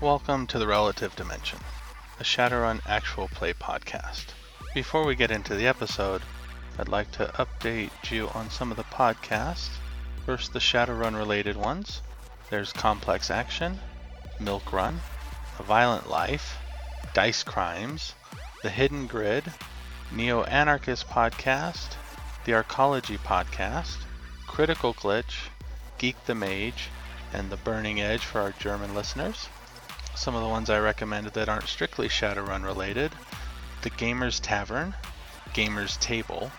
Welcome to the Relative Dimension, a Shadowrun actual play podcast. Before we get into the episode, I'd like to update you on some of the podcasts. First, the Shadowrun related ones. There's Complex Action, Milk Run, A Violent Life, Dice Crimes, The Hidden Grid, Neo Anarchist Podcast, The Arcology Podcast, Critical Glitch, Geek the Mage, and The Burning Edge for our German listeners. Some of the ones I recommended that aren't strictly Shadowrun related The Gamer's Tavern, Gamer's Table,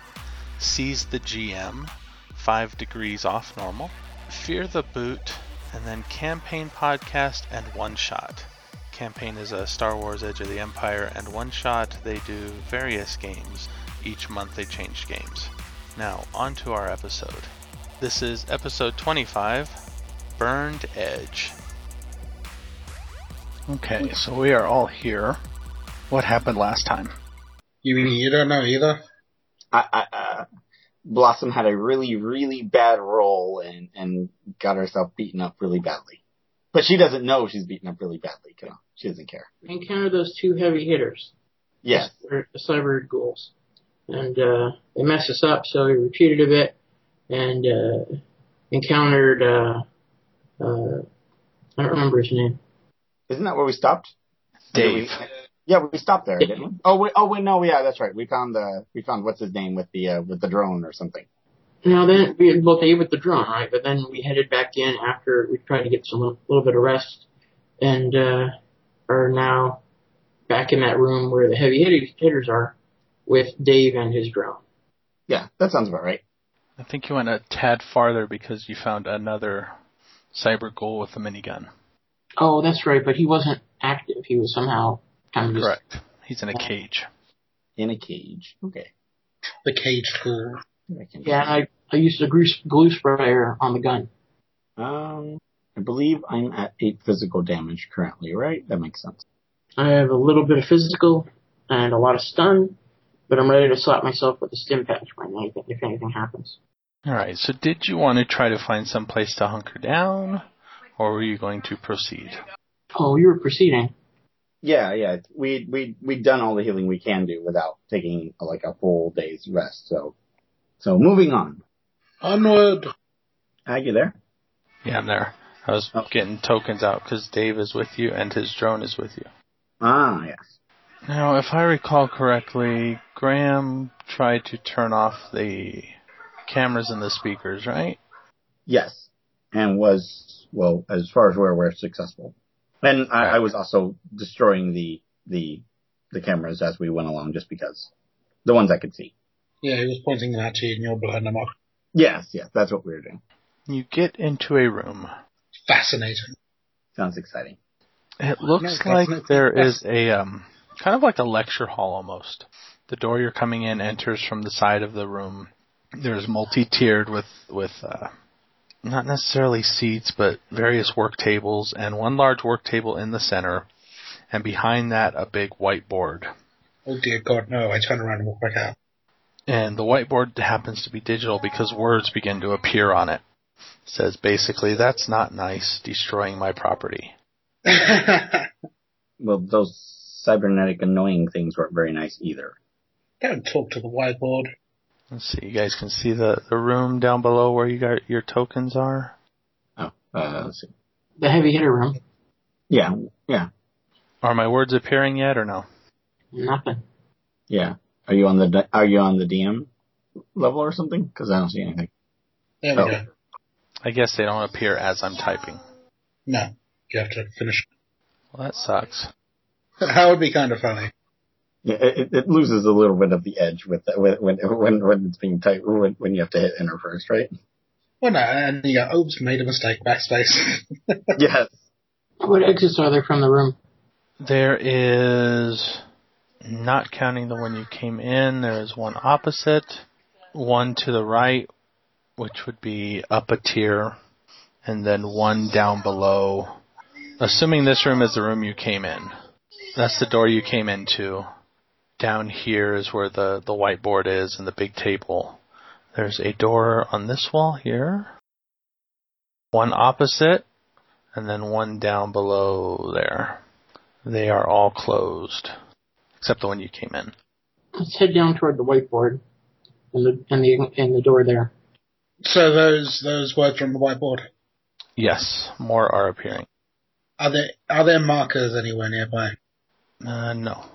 Seize the GM, 5 Degrees Off Normal, Fear the Boot, and then Campaign Podcast and One Shot. Campaign is a Star Wars Edge of the Empire, and One Shot, they do various games. Each month they change games. Now, on to our episode. This is episode 25 Burned Edge. Okay, so we are all here. What happened last time? You mean you don't know either? I, I, uh, Blossom had a really, really bad roll and, and got herself beaten up really badly. But she doesn't know she's beaten up really badly. You know, she doesn't care. encounter those two heavy hitters, Yes. they're the cyber ghouls, and uh, they messed us up. So we retreated a bit and uh, encountered. Uh, uh, I don't remember his name. Isn't that where we stopped? Dave. Yeah, we stopped there, didn't we? Oh wait, oh wait, no, yeah, that's right. We found the, we found what's his name with the, uh, with the drone or something. Now then, we well they with the drone, right? But then we headed back in after we tried to get some little, little bit of rest, and uh, are now back in that room where the heavy hitters, hitters are, with Dave and his drone. Yeah, that sounds about right. I think you went a tad farther because you found another cyber ghoul with a minigun. Oh, that's right, but he wasn't active. He was somehow kind of just Correct. He's in a cage. In a cage. Okay. The caged ghoul. I can- Yeah, I, I used a glue, glue sprayer on the gun. Um, I believe I'm at eight physical damage currently, right? That makes sense. I have a little bit of physical and a lot of stun, but I'm ready to slap myself with a stim patch when anything, if anything happens. Alright, so did you want to try to find some place to hunker down, or were you going to proceed? Oh, you were proceeding. Yeah, yeah. We we we've done all the healing we can do without taking uh, like a full day's rest. So, so moving on. Onward. Are you there? Yeah, I'm there. I was Oh. getting tokens out because Dave is with you and his drone is with you. Ah, yes. Now, if I recall correctly, Graham tried to turn off the cameras and the speakers, right? Yes, and was well as far as we're aware successful. And I, I was also destroying the the the cameras as we went along, just because the ones I could see. Yeah, he was pointing them at you and you're blowing them up. Yes, yes, that's what we were doing. You get into a room. Fascinating. Sounds exciting. It looks No, like that's not- there is a um, kind of like a lecture hall almost. The door you're coming in enters from the side of the room. There's multi-tiered with with uh, not necessarily seats, but various work tables, and one large work table in the center, and behind that a big whiteboard. Oh dear God, no! I turn around and walk back out. and the whiteboard happens to be digital because words begin to appear on it. It says basically, that's not nice, destroying my property. Well, those cybernetic annoying things weren't very nice either. Don't talk to the whiteboard. Let's see, you guys can see the, the room down below where you got your tokens are. Oh, uh, let's see. The heavy hitter room, Yeah, yeah. Are my words appearing yet or no? nothing. Yeah. Are you on the Are you on the DM level or something? Because I don't see anything. There we Oh. go. I guess they don't appear as I'm typing. No, you have to finish. Well, that sucks. That would be kind of funny. Yeah, it, it- it loses a little bit of the edge with the, when, when when when it's being typed when, when you have to hit enter first, right? Well, no, and you go, "Oops, made a mistake." Backspace. yes. What exits are there from the room? There is, not counting the one you came in, there is one opposite, one to the right, which would be up a tier, and then one down below. Assuming this room is the room you came in. That's the door you came into. Down here is where the, the whiteboard is and the big table. There's a door on this wall here, one opposite, and then one down below there. They are all closed, except the one you came in. Let's head down toward the whiteboard and the and the and the door there. So those those words are on the whiteboard. Yes, more are appearing. Are there are there markers anywhere nearby? Uh, no.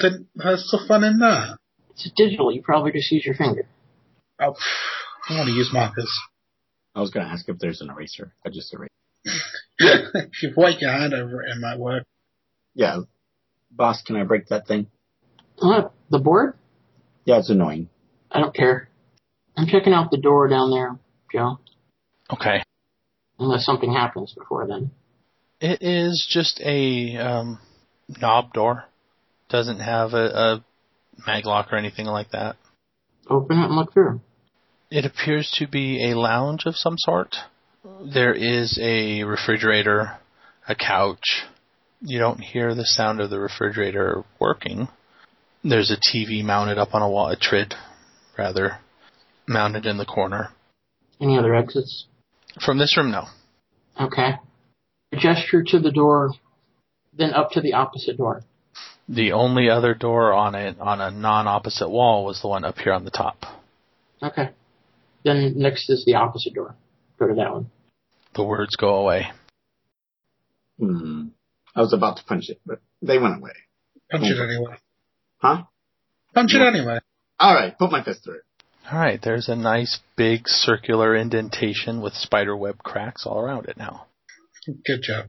Then what's the fun in that? It's digital. You probably just use your finger. Oh, pff, I want to use markers. I was going to ask if there's an eraser. I just erased. if you wipe your hand over it, it might work. Yeah. Boss, can I break that thing? Uh, the board? Yeah, it's annoying. I don't care. I'm checking out the door down there, Joe. Okay. Unless something happens before then. It is just a um, knob door. Doesn't have a, a maglock or anything like that. Open it and look through. It appears to be a lounge of some sort. There is a refrigerator, a couch. You don't hear the sound of the refrigerator working. There's a TV mounted up on a wall, a trid, rather, mounted in the corner. Any other exits? From this room, no. Okay. gesture to the door, then up to the opposite door. The only other door on it, on a non-opposite wall, was the one up here on the top. Okay. Then next is the opposite door. Go to that one. The words go away. Hmm. I was about to punch it, but they went away. Punch it anyway. Huh? Punch it Yeah. anyway. All right, put my fist through it. All right, there's a nice big circular indentation with spider web cracks all around it now. Good job.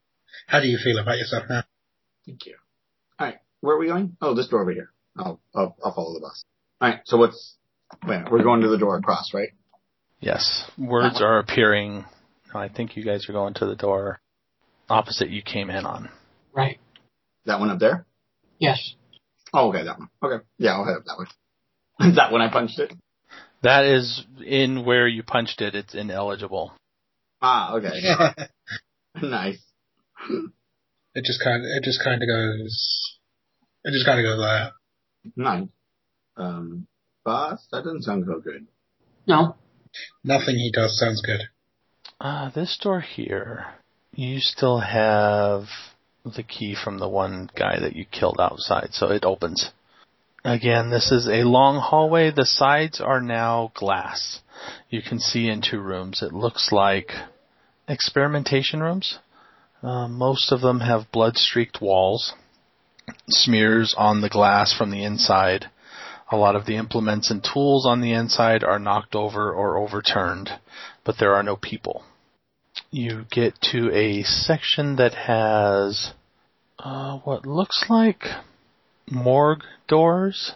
How do you feel about yourself now? Thank you. All right, where are we going? Oh, this door over here. I'll I'll, I'll follow the bus. All right, so what's? Wait, we're going to the door across, right? Yes, words are appearing. I think you guys are going to the door opposite you came in on. Right. That one up there. Yes. Oh, okay, that one. Okay, yeah, I'll head up that one. Is that when I punched it? That is in where you punched it. It's ineligible. Ah, okay, it nice. just kind of, it just kind of goes. It just kind of goes like that. Nice. Um, boss, that doesn't sound so good. No. Nothing he does sounds good. Ah, this door here. You still have the key from the one guy that you killed outside, so it opens. Again, this is a long hallway. The sides are now glass. You can see into rooms. It looks like experimentation rooms. Uh, most of them have blood streaked walls, smears on the glass from the inside. A lot of the implements and tools on the inside are knocked over or overturned but there are no people. You get to a section that has uh, what looks like morgue doors,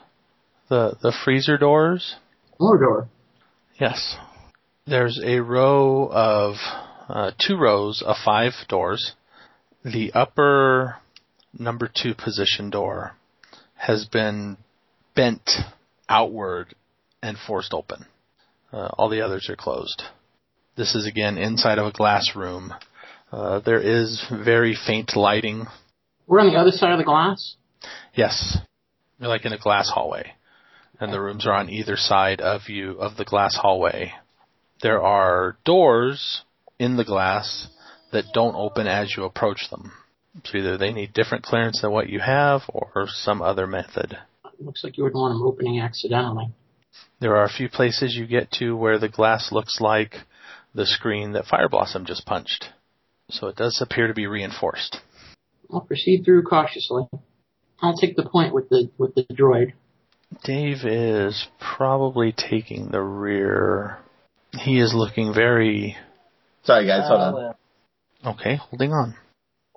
the the freezer doors. More door. Yes, there's a row of uh, two rows of five doors. The upper number two position door has been bent outward and forced open. Uh, all the others are closed. This is again inside of a glass room. Uh, there is very faint lighting. We're on the other side of the glass. Yes, you're like in a glass hallway, and the rooms are on either side of you of the glass hallway. There are doors in the glass that don't open as you approach them. So either they need different clearance than what you have, or some other method. Looks like you wouldn't want them opening accidentally. There are a few places you get to where the glass looks like the screen that Fire Blossom just punched. So it does appear to be reinforced. I'll proceed through cautiously. I'll take the point with the with the droid. Dave is probably taking the rear. He is looking very Sorry, guys, hold on. okay, holding on.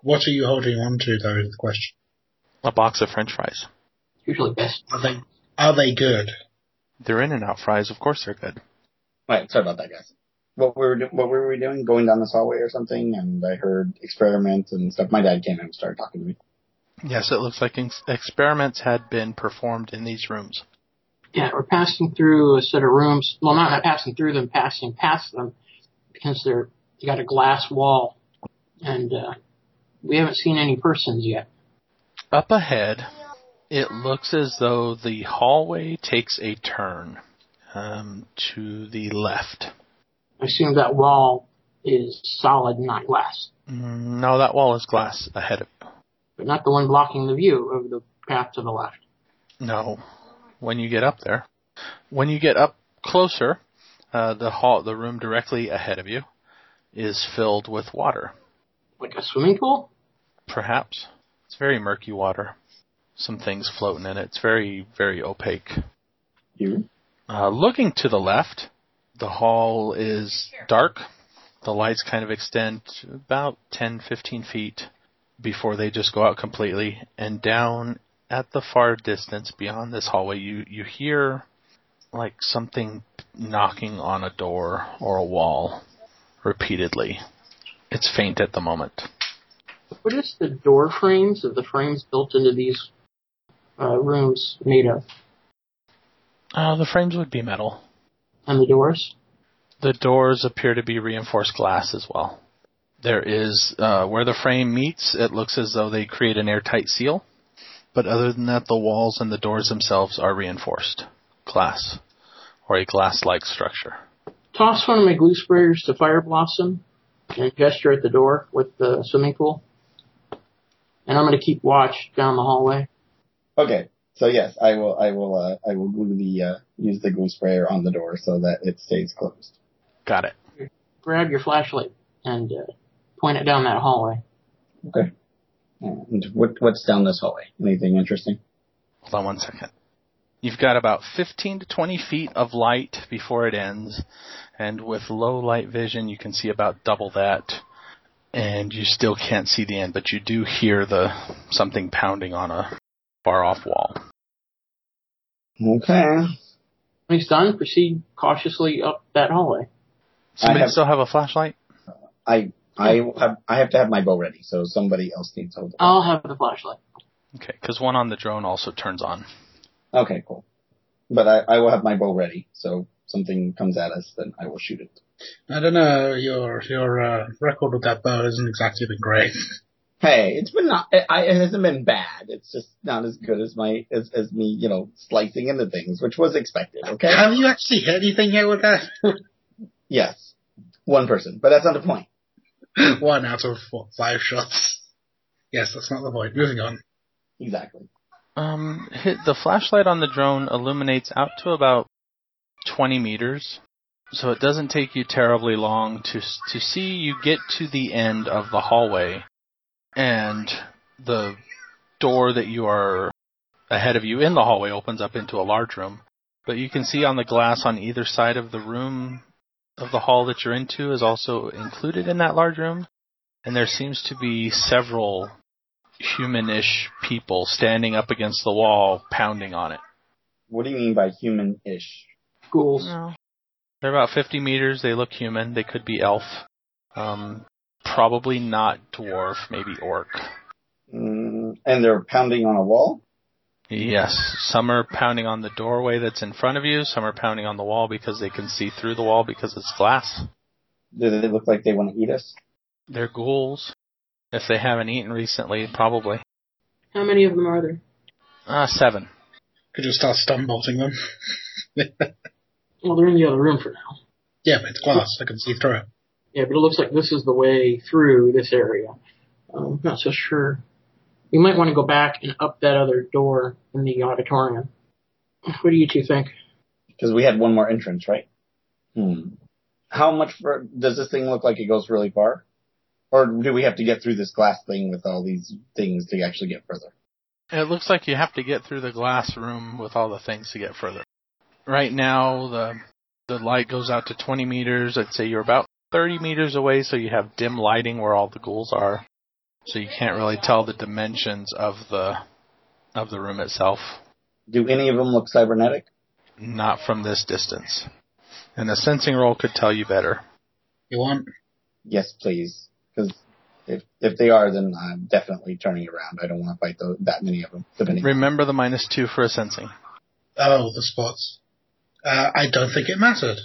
What are you holding on to though? Is the question. A box of french fries. It's usually best. Are they are they good? They're in and out fries, of course they're good. All right, sorry about that, guys. What we were do- what were we doing? Going down this hallway or something? And I heard experiments and stuff. My dad came in and started talking to me. Yes, it looks like ex- experiments had been performed in these rooms. Yeah, we're passing through a set of rooms. Well, not, not passing through them, passing past them because they're you got a glass wall, and uh, we haven't seen any persons yet. Up ahead, it looks as though the hallway takes a turn. um, to the left. I assume that wall is solid, not glass, Mm, No, that wall is glass ahead of. but not the one blocking the view of the path to the left. No, when you get up there, when you get up closer, uh, the hall, the room directly ahead of you, is filled with water. Like a swimming pool? Perhaps it's very murky water. Some things floating in it. It's very, very opaque. You? Uh, looking to the left, the hall is dark. The lights kind of extend to about 10, 15 feet before they just go out completely. And down at the far distance beyond this hallway, you, you hear like something knocking on a door or a wall repeatedly. It's faint at the moment. What is the door frames of the frames built into these uh, rooms made of? Uh, the frames would be metal. And the doors? The doors appear to be reinforced glass as well. There is uh, where the frame meets. It looks as though they create an airtight seal, but other than that, the walls and the doors themselves are reinforced glass or a glass-like structure. Toss one of my glue sprayers to Fire Blossom and gesture at the door with the swimming pool. And I'm going to keep watch down the hallway. Okay. So yes, I will, I will, uh, I will glue the, uh, use the glue sprayer on the door so that it stays closed. Got it. Grab your flashlight and uh, point it down that hallway. And what, what's down this hallway? Anything interesting? Hold on one second. You've got about 15 to 20 feet of light before it ends, and with low light vision, you can see about double that, and you still can't see the end, but you do hear the something pounding on a far off wall. Okay. When he's done, proceed cautiously up that hallway. Somebody I have- still have a flashlight? I, I will have, I have to have my bow ready, so somebody else needs to hold it. I'll have the flashlight. Okay, because one on the drone also turns on. Okay, cool. But I, I will have my bow ready, so something comes at us, then I will shoot it. I don't know. Your your uh, record with that bow isn't exactly been great. Hey, it's been not, I, it hasn't been bad. It's just not as good as my, as, as me, you know, slicing into things, which was expected, okay? Have you actually hit anything yet with that? Yes. One person, but that's not the point. One out of what, five shots. Yes, that's not the point. Moving on. Exactly. Um, hit the flashlight on the drone illuminates out to about 20 meters, so it doesn't take you terribly long to to see. You get to the end of the hallway, and the door that you are ahead of you in the hallway opens up into a large room. But you can see on the glass on either side of the room of the hall that you're into is also included in that large room, and there seems to be several humanish people standing up against the wall, pounding on it. What do you mean by human-ish? Ghouls. No. They're about 50 meters. They look human. They could be elf. Um, probably not dwarf, maybe orc. Mm, and they're pounding on a wall? Yes, some are pounding on the doorway that's in front of you. Some are pounding on the wall because they can see through the wall because it's glass. Do they look like they want to eat us? They're ghouls. If they haven't eaten recently, probably. How many of them are there? Uh, seven. Could just start stun bolting them. Well, they're in the other room for now. Yeah, but it's glass. I can see through it. Yeah, but it looks like this is the way through this area. Um, not so sure. You might want to go back and up that other door in the auditorium. What do you two think? Because we had one more entrance, right? Hmm. How much for, does this thing look like it goes really far? Or do we have to get through this glass thing with all these things to actually get further? It looks like you have to get through the glass room with all the things to get further. Right now, the the light goes out to 20 meters. I'd say you're about 30 meters away, so you have dim lighting where all the ghouls are, so you can't really tell the dimensions of the of the room itself, Do any of them look cybernetic? not from this distance. And a sensing roll could tell you better. You want? Yes, please. Because if if they are, then I'm definitely turning around. I don't want to fight tho- that many of them. Depending. Remember the minus two for a sensing. Oh, the spots. Uh, I don't think it mattered.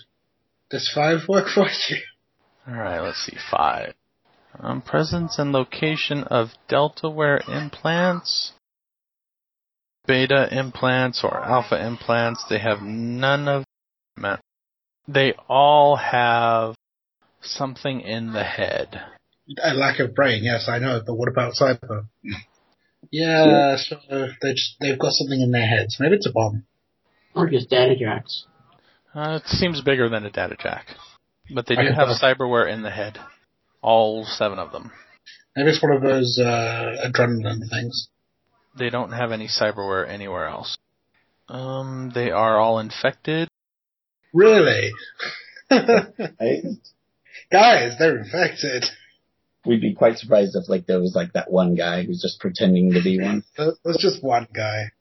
Does five work for you? All right, let's see. Five. Um, presence and location of deltaware implants, beta implants, or alpha implants. They have none of meant. They all have something in the head. A lack of brain, yes, I know, but what about Cyber? yeah, so they just, they've got something in their heads. Maybe it's a bomb. Or just data jacks. Uh, it seems bigger than a data jack, but they do Okay. have cyberware in the head. All seven of them. Maybe it's one of those uh, adrenaline things. They don't have any cyberware anywhere else. Um, they are all infected. Really? Right? Guys, they're infected. We'd be quite surprised if like there was like that one guy who's just pretending to be one. That- That's just one guy.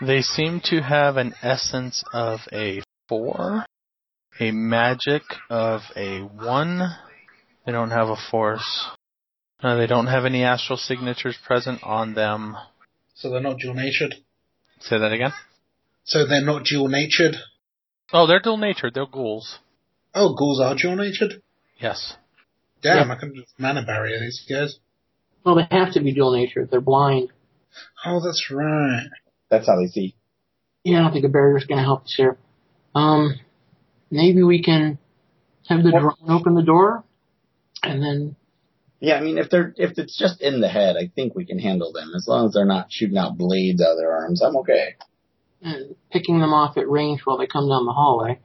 They seem to have an essence of a four, a magic of a one. They don't have a force. Uh, they don't have any astral signatures present on them. So they're not dual natured. Say that again. So they're not dual natured. Oh, they're dual natured. They're ghouls. Oh, ghouls are dual natured? Yes. Damn, I can just mana barrier these guys. Well, they have to be dual nature. They're blind. Oh, that's right. That's how they see. Yeah, I don't think a barrier's going to help us here. Um, maybe we can have the What- drone open the door, and then Yeah, I mean if they're if it's just in the head, I think we can handle them as long as they're not shooting out blades out of their arms. I'm okay. uh, picking them off at range while they come down the hallway.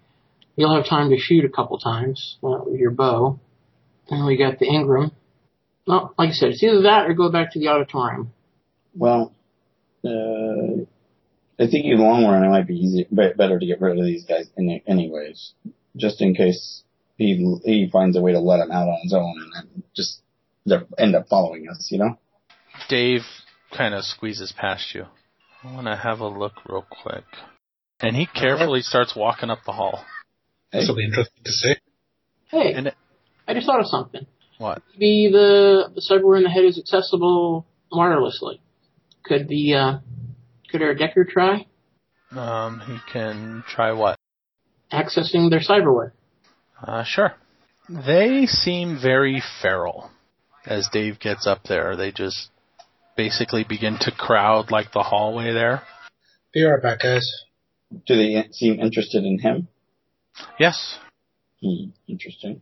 You'll have time to shoot a couple times uh, with your bow. And we got the Ingram. Well, like I said, it's either that or go back to the auditorium. Well, uh, I think in the long run it might be easier, be- better to get rid of these guys any, anyways, just in case he he finds a way to let them out on his own and then just they end up following us, you know. Dave kind of squeezes past you. I want to have a look real quick. And he carefully starts walking up the hall. This will be interesting to see. Hey, And it- I just thought of something. What? Maybe the, the cyberware in the head is accessible wirelessly. Could the uh, could our Decker try Um, he can try what? accessing their cyberware? Uh, sure. They seem very feral. As Dave gets up there, they just basically begin to crowd like the hallway there. Be right back, guys. Do they seem interested in him? Yes. Hmm, interesting.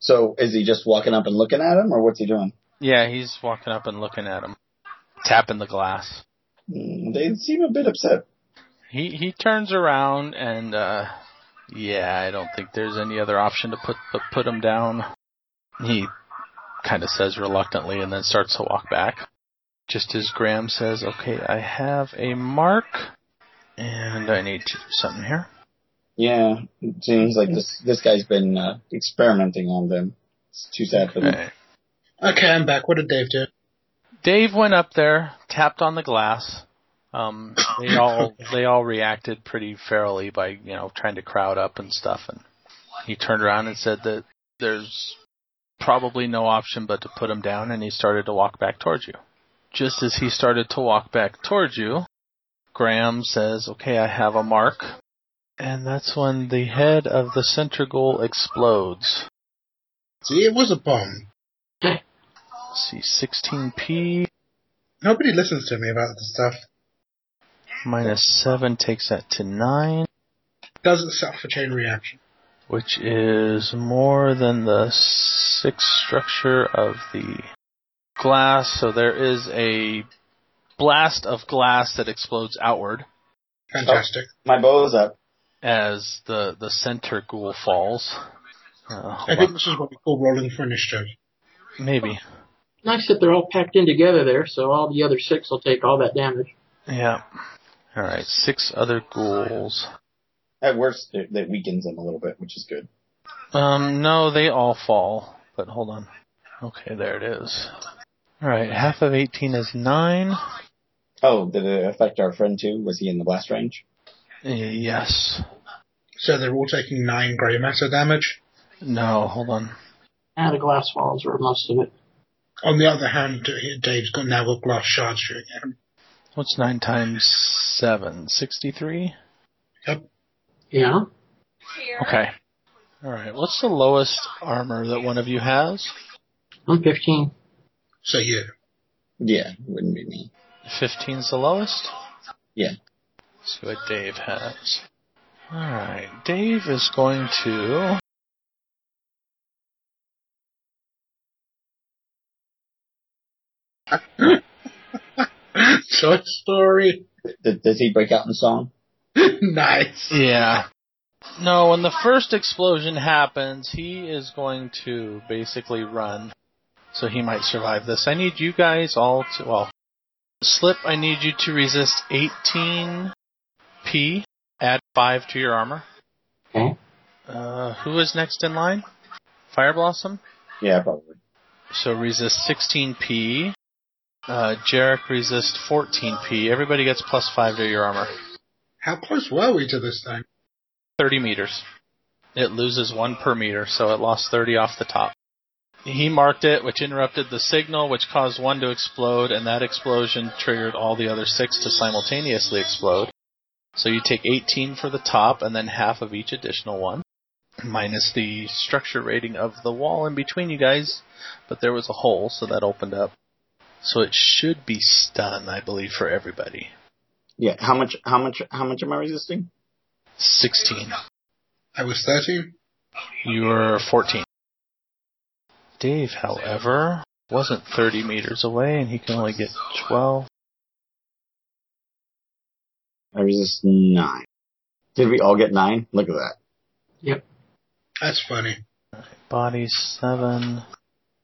So is he just walking up and looking at him, or what's he doing? Yeah, he's walking up and looking at him, tapping the glass. Hmm, they seem a bit upset. He he turns around and uh yeah, I don't think there's any other option to put but put him down. He kind of says reluctantly and then starts to walk back. Just as Graham says, "Okay, I have a mark and I need to do something here." Yeah, it seems like this this guy's been uh, experimenting on them. It's too sad for them. Okay. Okay, I'm back. What did Dave do? Dave went up there, tapped on the glass. Um, they all they all reacted pretty fairly by you know trying to crowd up and stuff. And he turned around and said that there's probably no option but to put him down. And he started to walk back towards you. Just as he started to walk back towards you, Graham says, "Okay, I have a mark." And that's when the head of the Centrigoal explodes. See, it was a bomb. Let's see, 16p Nobody listens to me about this stuff. minus 7 takes that to 9. Doesn't set off a chain reaction. which is more than the sixth structure of the glass. So there is a blast of glass that explodes outward Fantastic. My bow's up. as the, the center ghoul falls. Uh, I hold think on. this is what we call rolling for initiative. Maybe. Nice that they're all packed in together there, so all the other six will take all that damage. Yeah. Alright, six other ghouls. At worst, it, that weakens them a little bit, which is good. Um, no, they all fall. But hold on. Okay, there it is. Alright, half of 18 is 9. Oh, did it affect our friend too? Was he in the blast range? Yes. So they're all taking nine grey matter damage. No, hold on. Now the glass walls are most of it. On the other hand, D- Dave's got now got glass shards shooting at him. What's nine times seven? Sixty-three. Yeah. Okay. All right. What's the lowest armor that one of you has? I'm 15. So you. Yeah, wouldn't be me. Fifteen's the lowest. Yeah. Let's see what Dave has. Alright, Dave is going to. Toy Story. Th- Does he break out in song? nice. Yeah. No, when the first explosion happens, he is going to basically run. So he might survive this. I need you guys all to. Well, Slip, I need you to resist 18p. Add 5 to your armor. Okay. Uh, who is next in line? Fire Blossom? Yeah, probably. So resist 16p. Uh, Jarek resist 14p. Everybody gets plus 5 to your armor. How close were we to this thing? 30 meters. It loses 1 per meter, so it lost 30 off the top. He marked it, which interrupted the signal, which caused one to explode, and that explosion triggered all the other six to simultaneously explode. So you take 18 for the top, and then half of each additional one, minus the structure rating of the wall in between you guys, but there was a hole, so that opened up. So it should be stun, I believe, for everybody. Yeah. How much? How much? How much am I resisting? 16. I was 13. You're 14. Dave, however, wasn't 30 meters away, and he can only get 12. I resist nine. Did we all get nine? Look at that. That's funny. Body 7.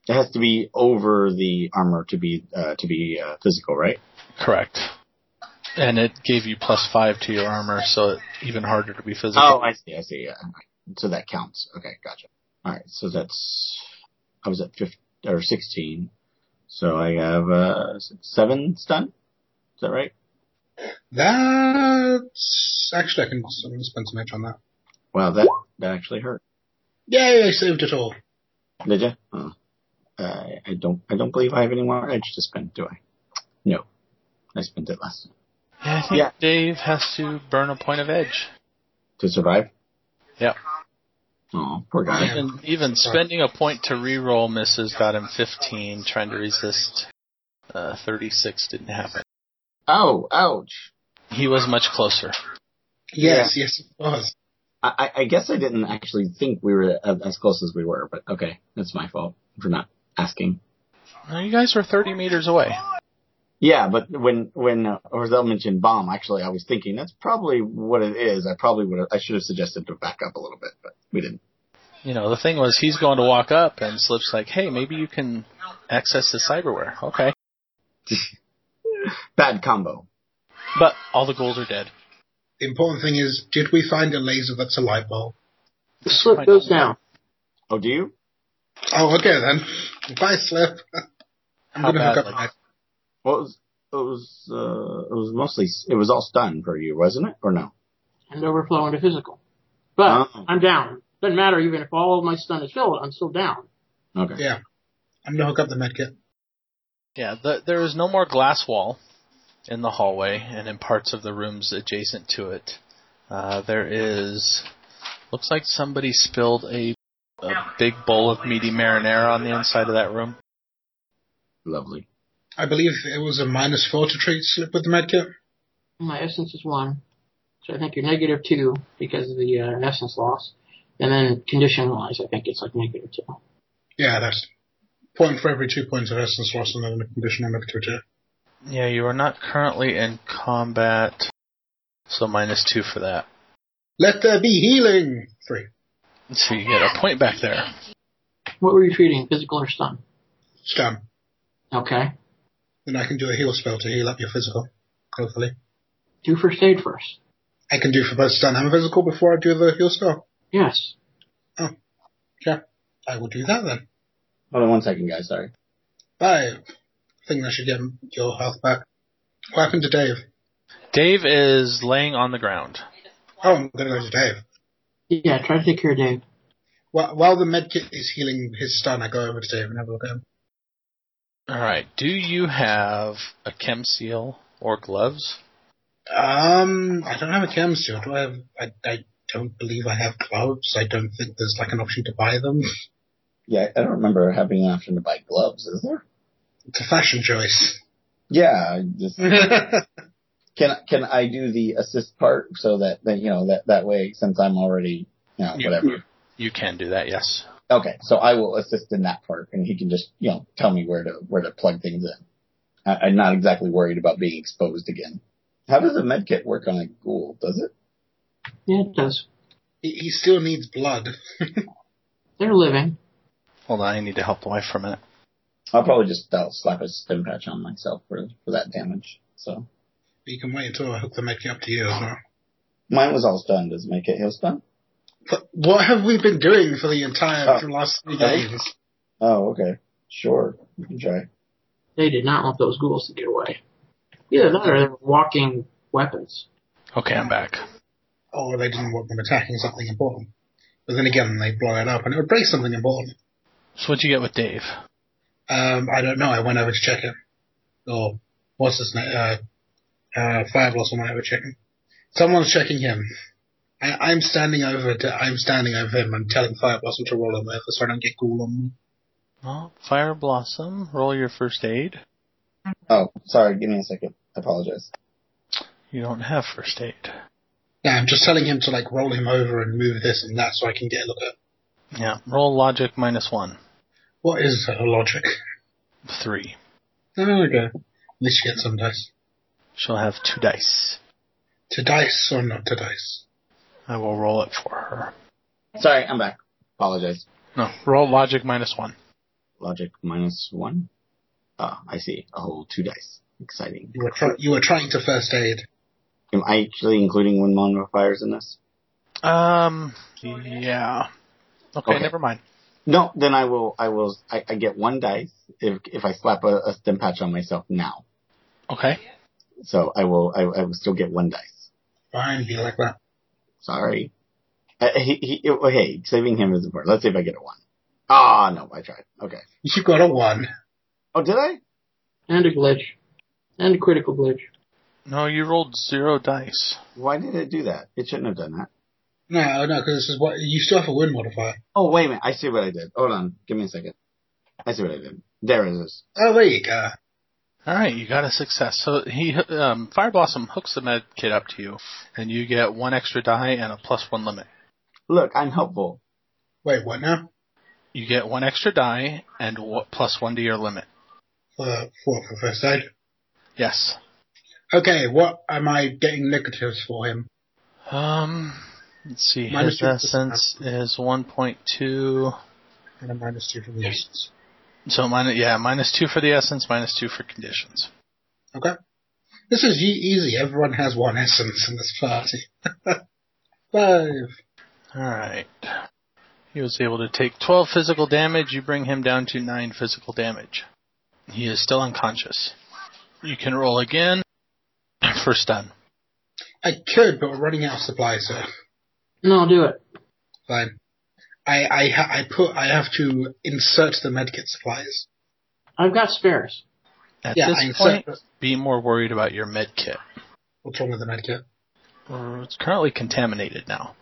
It has to be over the armor to be uh, to be uh, physical, right? Correct. And it gave you plus 5 to your armor, so it, even harder to be physical. Oh, I see. I see. Yeah. So that counts. Okay, gotcha. All right. So that's I was at 15 or 16. So I have uh, seven stun. Is that right? That's actually I can, I can spend some edge on that. Wow, that that actually hurt. Yay! I saved it all. Did you? Oh. I I don't I don't believe I have any more edge to spend, do I? No, I spent it last time. yeah, I think yeah. Dave has to burn a point of edge. to survive. Yep. Oh, poor guy. Yeah. Even, even spending a point to reroll misses got him 15, trying to resist uh, 36 didn't happen. Oh, ouch. He was much closer. Yes, yes, it was. I, I I guess I didn't actually think we were a- as close as we were, but okay, that's my fault for not asking. No, you guys were 30 meters away. Yeah, but when when uh, Orzel mentioned bomb, actually, I was thinking that's probably what it is. I probably would have I should have suggested to back up a little bit, but we didn't. You know, the thing was, he's going to walk up, and Slip's like, hey, maybe you can access the cyberware. Okay. Bad combo. But all the ghouls are dead. The important thing is, did we find a laser that's a light bulb? The slip goes down. Oh, do you? Oh, okay then. Bye, Slip. I'm How gonna hook badly? up my. Well, it was it was uh, it was mostly it was all stun for you, wasn't it? Or no? and overflow into physical. But Oh. I'm down. Doesn't matter even if all of my stun is filled, I'm still down. Okay. Yeah, I'm gonna hook up the medkit. Yeah, the, there is no more glass wall in the hallway and in parts of the rooms adjacent to it. Uh, there is. Looks like somebody spilled a, a big bowl of meaty marinara on the inside of that room. Lovely. I believe it was a minus four to treat Slip with the medkit. My essence is one, so I think you're negative two because of the uh, essence loss. And then condition wise, I think it's like negative two. Yeah, that's point for every two points of essence loss, and then a conditional negative two. Yeah, you are not currently in combat, so minus two for that. Let there be healing. Three. So you get a point back there. What were you treating, physical or stun? Stun. Okay. Then I can do a heal spell to heal up your physical. Hopefully, Do first aid first. I can do for both stun and physical before I do the heal spell. Yes. Yeah, I will do that then. Hold on one second, guys. Sorry. Five. I think that should get your health back. What happened to Dave? Dave is laying on the ground. Oh, I'm gonna go to Dave. Yeah, try to take care of Dave. While, while the medkit is healing his stun, I go over to Dave and have a look at him. All right. Do you have a chem seal or gloves? Um, I don't have a chem suit. Do I have? I, I don't believe I have gloves. I don't think there's like an option to buy them. Yeah, I don't remember having an option to buy gloves. Is there? It's a fashion choice. Yeah, I just I Can can I do the assist part so that, that you know that that way since I'm already you know You- whatever. You can do that, yes. Okay, so I will assist in that part, and he can just you know tell me where to where to plug things in. I, I'm not exactly worried about being exposed again. How does a medkit work on a ghoul? Does it? Yeah, it does. He, he still needs blood. They're living. Hold on, I need to help the wife for a minute. I'll probably just uh, slap a stim patch on myself for for that damage. So You can wait until I hook the medkit up to you as well. mine was all stunned. Does medkit heal stun? But what have we been doing for the entire Oh. for the last three Okay. games? Oh, okay, sure, you can try. They did not want those ghouls to get away. Either that or they're walking weapons. Okay, I'm back. Or Oh, they didn't want them attacking something important. But then again, they blow it up and it would break something important. So what'd you get with Dave? Um, I don't know. I went over to check it. Or what's his name? Uh, uh, Firebloss went over checking. Someone's checking him. I, I'm standing over to, I'm standing over him. I'm telling Firebloss to roll him over so I don't get ghoul on me. Well, Fire Blossom, roll your first aid. Oh, sorry, give me a second. I apologize. You don't have first aid. Yeah, I'm just telling him to like roll him over and move this and that so I can get a look at Yeah, roll logic minus one. what is her logic. Three. There we go. At least you get some dice. She'll have two dice. To dice or not to dice? I will roll it for her. Sorry, I'm back. Apologize. No, roll logic minus one. Logic minus one. Ah, I see. A whole two dice. Exciting. You were try- you were trying to first aid. Am I actually including wind modifiers in this? Um, yeah. Okay, Okay. never mind. No, then I will. I will. I, I get one dice if if I slap a, a stim patch on myself now. Okay. So I will. I, I will still get one dice. Fine, be like that. Sorry. Uh, he, he, it- well, hey, saving him is important. Let's see if I get a one. Ah, no, I tried. Okay. You got a one. Oh, did I? And a glitch. And a critical glitch. No, you rolled zero dice. Why did it do that? It shouldn't have done that. No, no, because this is what you still have a win modifier. Oh, wait a minute. I see what I did. Hold on. Give me a second. I see what I did. There it is. Oh, there you go. All right, you got a success. So he, um, Fire Blossom hooks the med kit up to you, and you get one extra die and a plus one limit. Look, I'm helpful. Wait, what now? You get one extra die and w- plus one to your limit. For for for first aid. Yes. Okay, what am I getting negatives for him? Um, let's see. Minus His two to- essence is one point two. And a minus two from the essence. So minus yeah, minus two for the essence, minus two for conditions. Okay. This is e- easy. Everyone has one essence in this party. Five. All right. He was able to take 12 physical damage. You bring him down to 9 physical damage. He is still unconscious. You can roll again for stun. I could, but we're running out of supplies, so No, I'll do it. fine. I I ha- I put I have to insert the medkit supplies. I've got spares. At yeah, I this insert. point, be more worried about your med kit. What's wrong with the medkit? Uh, It's currently contaminated now.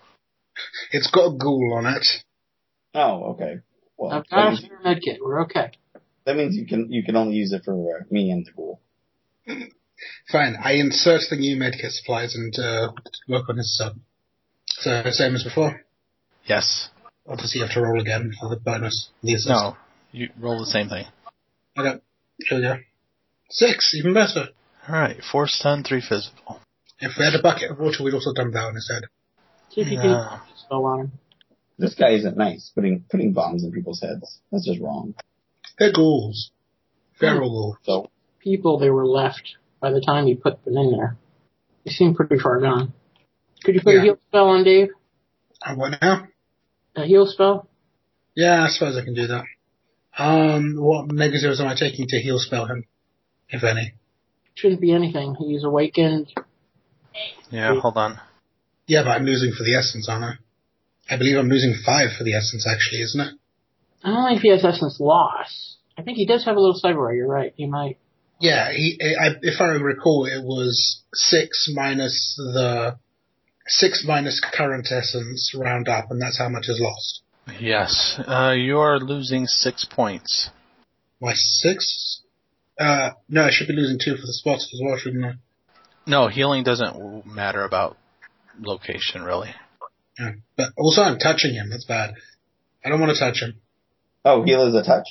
It's got a ghoul on it. Oh, okay. Well, I've that got a means, spare med kit. We're okay. that means you can you can only use it for uh, me and the ghoul. Fine. I insert the new medkit supplies and uh, work on his sub. So same as before. Yes. Or does he have to roll again for the bonus? The assist? No. You roll the same thing. Okay. Here we go. Six, even better. All right. Four stun, three physical. If we had a bucket of water, we'd also dump that on his head. See if you Yeah. can spell on him. This guy isn't nice. Putting putting bombs in people's heads. That's just wrong. They're ghouls. They're all ghouls. So People they were left by the time you put them in there. They seem pretty far gone. Could you put Yeah. a heal spell on Dave? And what now? A heal spell? Yeah, I suppose I can do that. Um, what negatives am I taking to heal spell him, if any? Shouldn't be anything. He's awakened. Yeah, hold on. Yeah, but I'm losing for the essence, aren't I? I believe I'm losing five for the essence, actually, isn't it? I don't know if he has essence loss. I think he does have a little cyber. You're right. He might. Yeah, he, I, if I recall, it was six minus the six minus current essence round up, and that's how much is lost. Yes. Uh, you are losing six points. My six? Uh, no, I should be losing two for the spots as well, shouldn't I? No, healing doesn't w- matter about location really. Yeah. But also, I'm touching him. That's bad. I don't want to touch him. Oh, heal is a touch.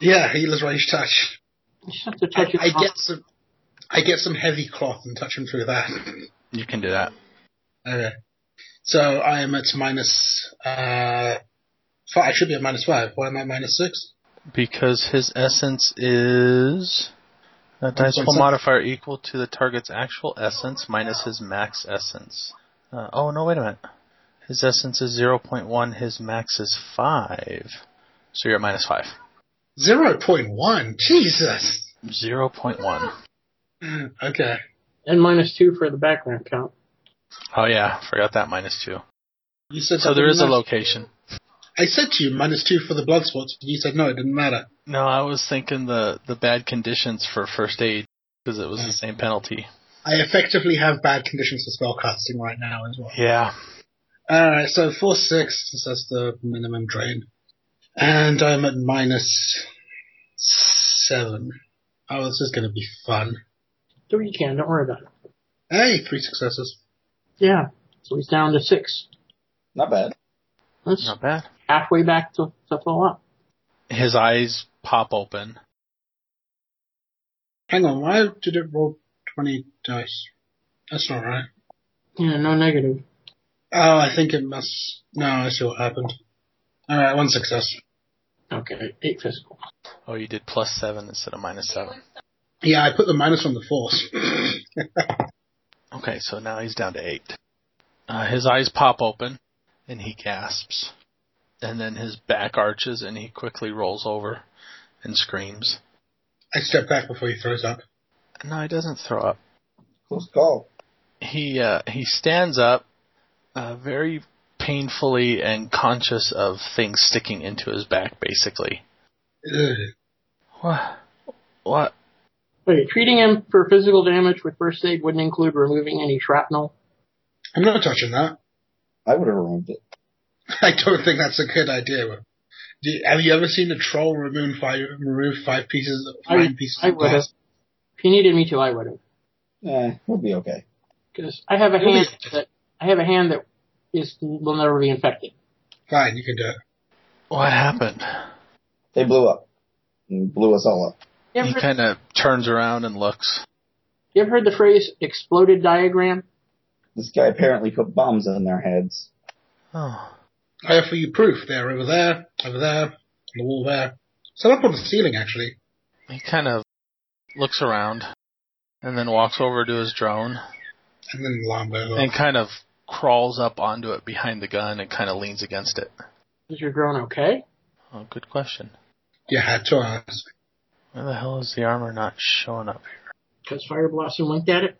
Yeah, healer's rage touch. You just have to I, touch it. I get some. I get some heavy cloth and touch him through that. You can do that. Okay. So I am at minus. Uh, five. I should be at minus five. Why am I minus six? Because his essence is a dice roll so- modifier equal to the target's actual essence minus his max essence. Uh, oh no, wait a minute. His essence is 0.1. His max is five. So you're at minus five. Zero point one. Jesus. 0.1. Okay. and minus two for the background count. Oh yeah, forgot that minus two. You said So there is a low. location. I said to you minus two for the blood spots, but you said no, it didn't matter. No, I was thinking the the bad conditions for first aid because it was the same penalty. I effectively have bad conditions for spellcasting right now as well. Yeah. Alright, so four six, since that's the minimum drain. And I'm at minus seven. Oh, this is gonna be fun. So you can, don't worry about it. Hey, three successes. Yeah. So he's down to six. Not bad. That's Not bad. halfway back to, to full up. His eyes pop open. Hang on, why did it roll twenty dice? That's not right. Yeah, no negative. Oh, I think it must no, I see what happened. Alright, one success. Okay, eight physical. Oh, you did plus seven instead of minus seven. Yeah, I put the minus on the force. Okay, so now he's down to eight. Uh, his eyes pop open, and he gasps, and then his back arches, and he quickly rolls over, and screams. I step back before he throws up. No, he doesn't throw up. Close call. he uh, he stands up, uh, very painfully and conscious of things sticking into his back. Basically, Ugh. what? What? Okay, treating him for physical damage with first aid wouldn't include removing any shrapnel. I'm not touching that. I would have removed it. I don't think that's a good idea. Do you- have you ever seen a troll remove five remove five pieces of I- nine pieces I of would have. glass? If he needed me to, I would have. Eh, we'll be okay. Because I have a Really? hand that I have a hand that is will never be infected. Fine, you can do it. What happened? They blew up. And blew us all up. You He ever, kind of turns around and looks. you ever heard the phrase "exploded diagram"? This guy apparently put bombs in their heads. Oh, I offer you proof. They're over there, over there, on the wall there. Some up on the ceiling actually. he kind of looks around, and then walks over to his drone And then the alarm goes off. and kind of crawls up onto it behind the gun and kind of leans against it. Is your drone okay? Oh, good question. You had to ask. Where the hell is the armor not showing up here? Because Fire Blossom winked at it.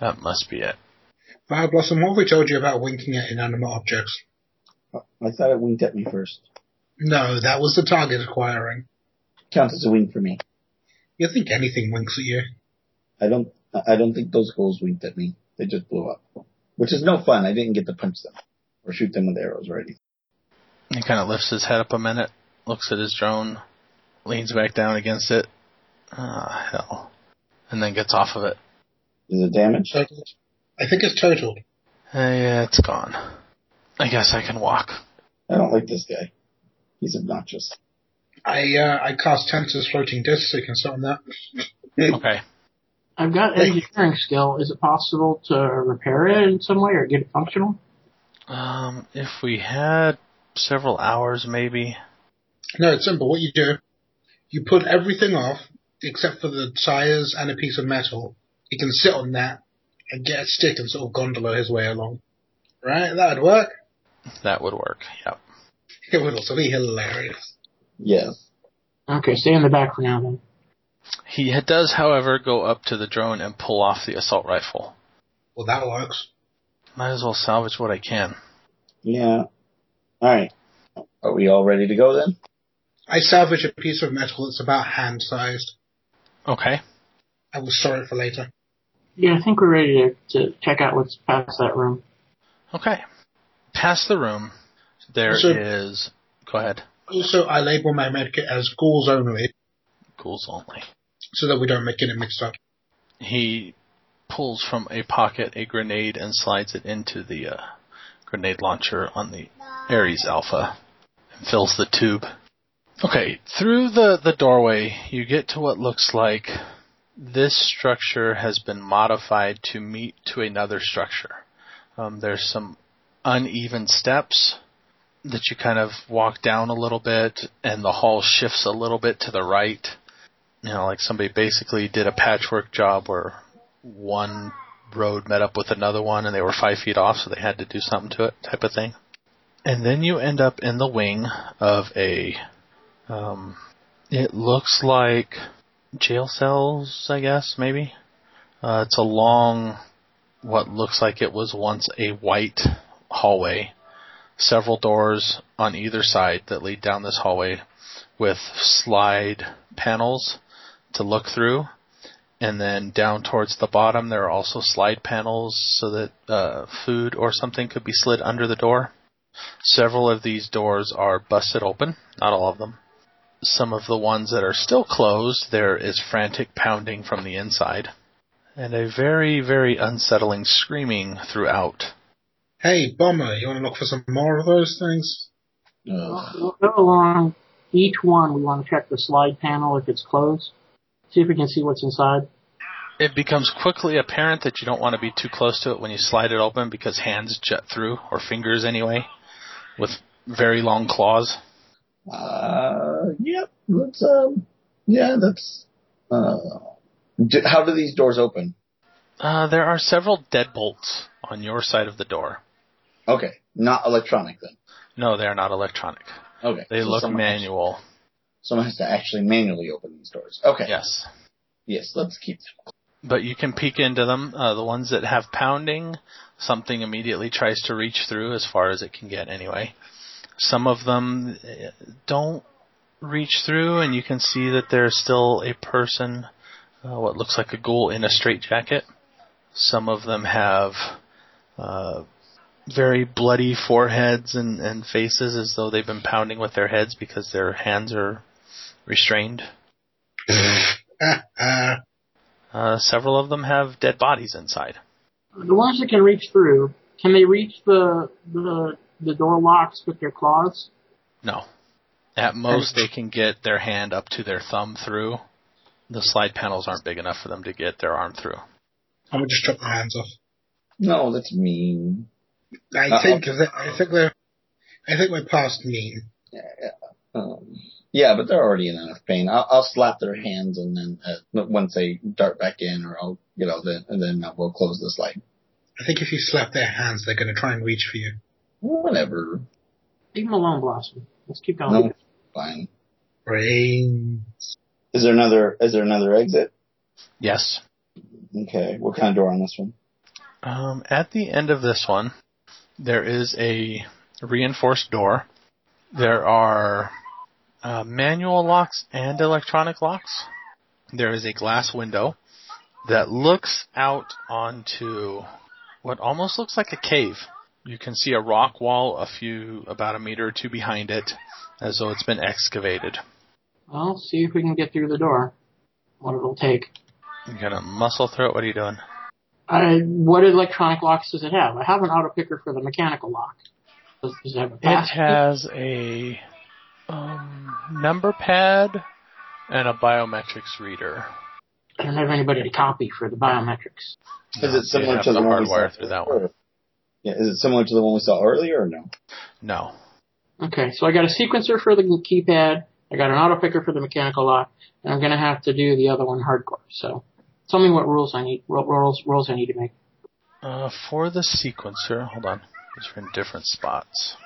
That must be it. Fire Blossom, what have we told you about winking at inanimate objects? Oh, I thought it winked at me first. No, that was the target acquiring. Counts as a wink for me. You think anything winks at you? I don't. I don't think those goals winked at me. They just blew up, which is no fun. I didn't get to punch them or shoot them with arrows or anything. He kind of lifts his head up a minute, looks at his drone, leans back down against it. Ah, hell. And then gets off of it. Is it damage? Totaled. I think it's totaled. Eh, yeah, it's gone. I guess I can walk. I don't like this guy. He's obnoxious. I uh, I cast Tensor's floating disc so you can sit on that. Okay. I've got Hey. engineering skill. Is it possible to repair it in some way or get it functional? Um, if we had several hours, maybe. No, it's simple. What you do, you put everything off except for the tires and a piece of metal. You can sit on that and get a stick and sort of gondola his way along. Right? That would work. That would work. Yep. It would also be hilarious. Yes. Okay, stay in the back for now then. He does, however, go up to the drone and pull off the assault rifle. Well, that works. Might as well salvage what I can. Yeah. All right. Are we all ready to go then? I salvage a piece of metal that's about hand sized. Okay. I will store it for later. Yeah, I think we're ready to, to check out what's past that room. Okay. Past the room, there is. So- Go ahead. Also, I label my medkit as ghouls only Ghouls only. so that we don't make it mixed up. He pulls from a pocket a grenade and slides it into the uh, grenade launcher on the Ares Alpha and fills the tube. Okay, through the, the doorway, you get to what looks like this structure has been modified to meet to another structure. Um, there's some uneven steps that you kind of walk down a little bit, and the hall shifts a little bit to the right. You know, like somebody basically did a patchwork job where one road met up with another one, and they were five feet off, so they had to do something to it, type of thing. And then you end up in the wing of a. Um, it looks like jail cells, I guess, maybe. Uh, it's a long, what looks like it was once a white hallway. Several doors on either side that lead down this hallway with slide panels to look through. And then down towards the bottom, there are also slide panels so that uh, food or something could be slid under the door. Several of these doors are busted open, not all of them some of the ones that are still closed, there is frantic pounding from the inside, and a very, very unsettling screaming throughout. Hey, bomber, you want to look for some more of those things? Ugh. We'll go along each one. We want to check the slide panel if it's closed. See if we can see what's inside. It becomes quickly apparent that you don't want to be too close to it when you slide it open because hands jet through, or fingers anyway, with very long claws. Uh, yep. That's um. Yeah, that's. Uh, do, how do these doors open? Uh, there are several deadbolts on your side of the door. Okay, not electronic then. No, they are not electronic. Okay, They so look someone has- manual. someone has to actually manually open these doors. Okay. Yes. Yes. Let's keep but you can peek into them. Uh, the ones that have pounding, something immediately tries to reach through as far as it can get, anyway. Some of them eh, don't reach through, and you can see that there's still a person, uh, what looks like a ghoul in a straitjacket. Some of them have uh, very bloody foreheads and, and faces as though they've been pounding with their heads because their hands are restrained. Ah, ah. Uh, several of them have dead bodies inside. The ones that can reach through, can they reach the the the door locks with their claws? No. At most, they can get their hand up to their thumb through. The slide panels aren't big enough for them to get their arm through. I'm gonna just chop my hands off. No, that's mean. I Uh-oh. think that, I think we're I think we're past mean. Um, yeah, but they're already in enough pain. I'll, I'll slap their hands and then uh, once they dart back in, or I'll you know then and then uh, we'll close this light. I think if you slap their hands, they're gonna try and reach for you. Whatever. Leave them alone, Blossom. Let's keep Oh. going. No, fine. Brain. Is there another? Is there another exit? Yes. Okay. What kind of door on this one? Um, at the end of this one, there is a reinforced door. There are uh, manual locks and electronic locks. There is a glass window that looks out onto what almost looks like a cave. You can see a rock wall a few, about a meter or two behind it, as though it's been excavated. Well, see if we can get through the door. What it'll take. You're gonna muscle through it. What are you doing? I, what electronic locks does it have? I have an auto picker for the mechanical lock. Does, does it have a It basket? has a um, number pad and a biometrics reader. I don't have anybody to copy for the biometrics. Is it you similar have to the the one we hardwire saw through that one. Yeah. Is it similar to the one we saw earlier or no? No. Okay, so I got a sequencer for the keypad. I got an auto picker for the mechanical lock, and I'm gonna have to do the other one hardcore. So, tell me what rules I need. ru- Rules rules I need to make. Uh, for the sequencer, hold on. These are in different spots.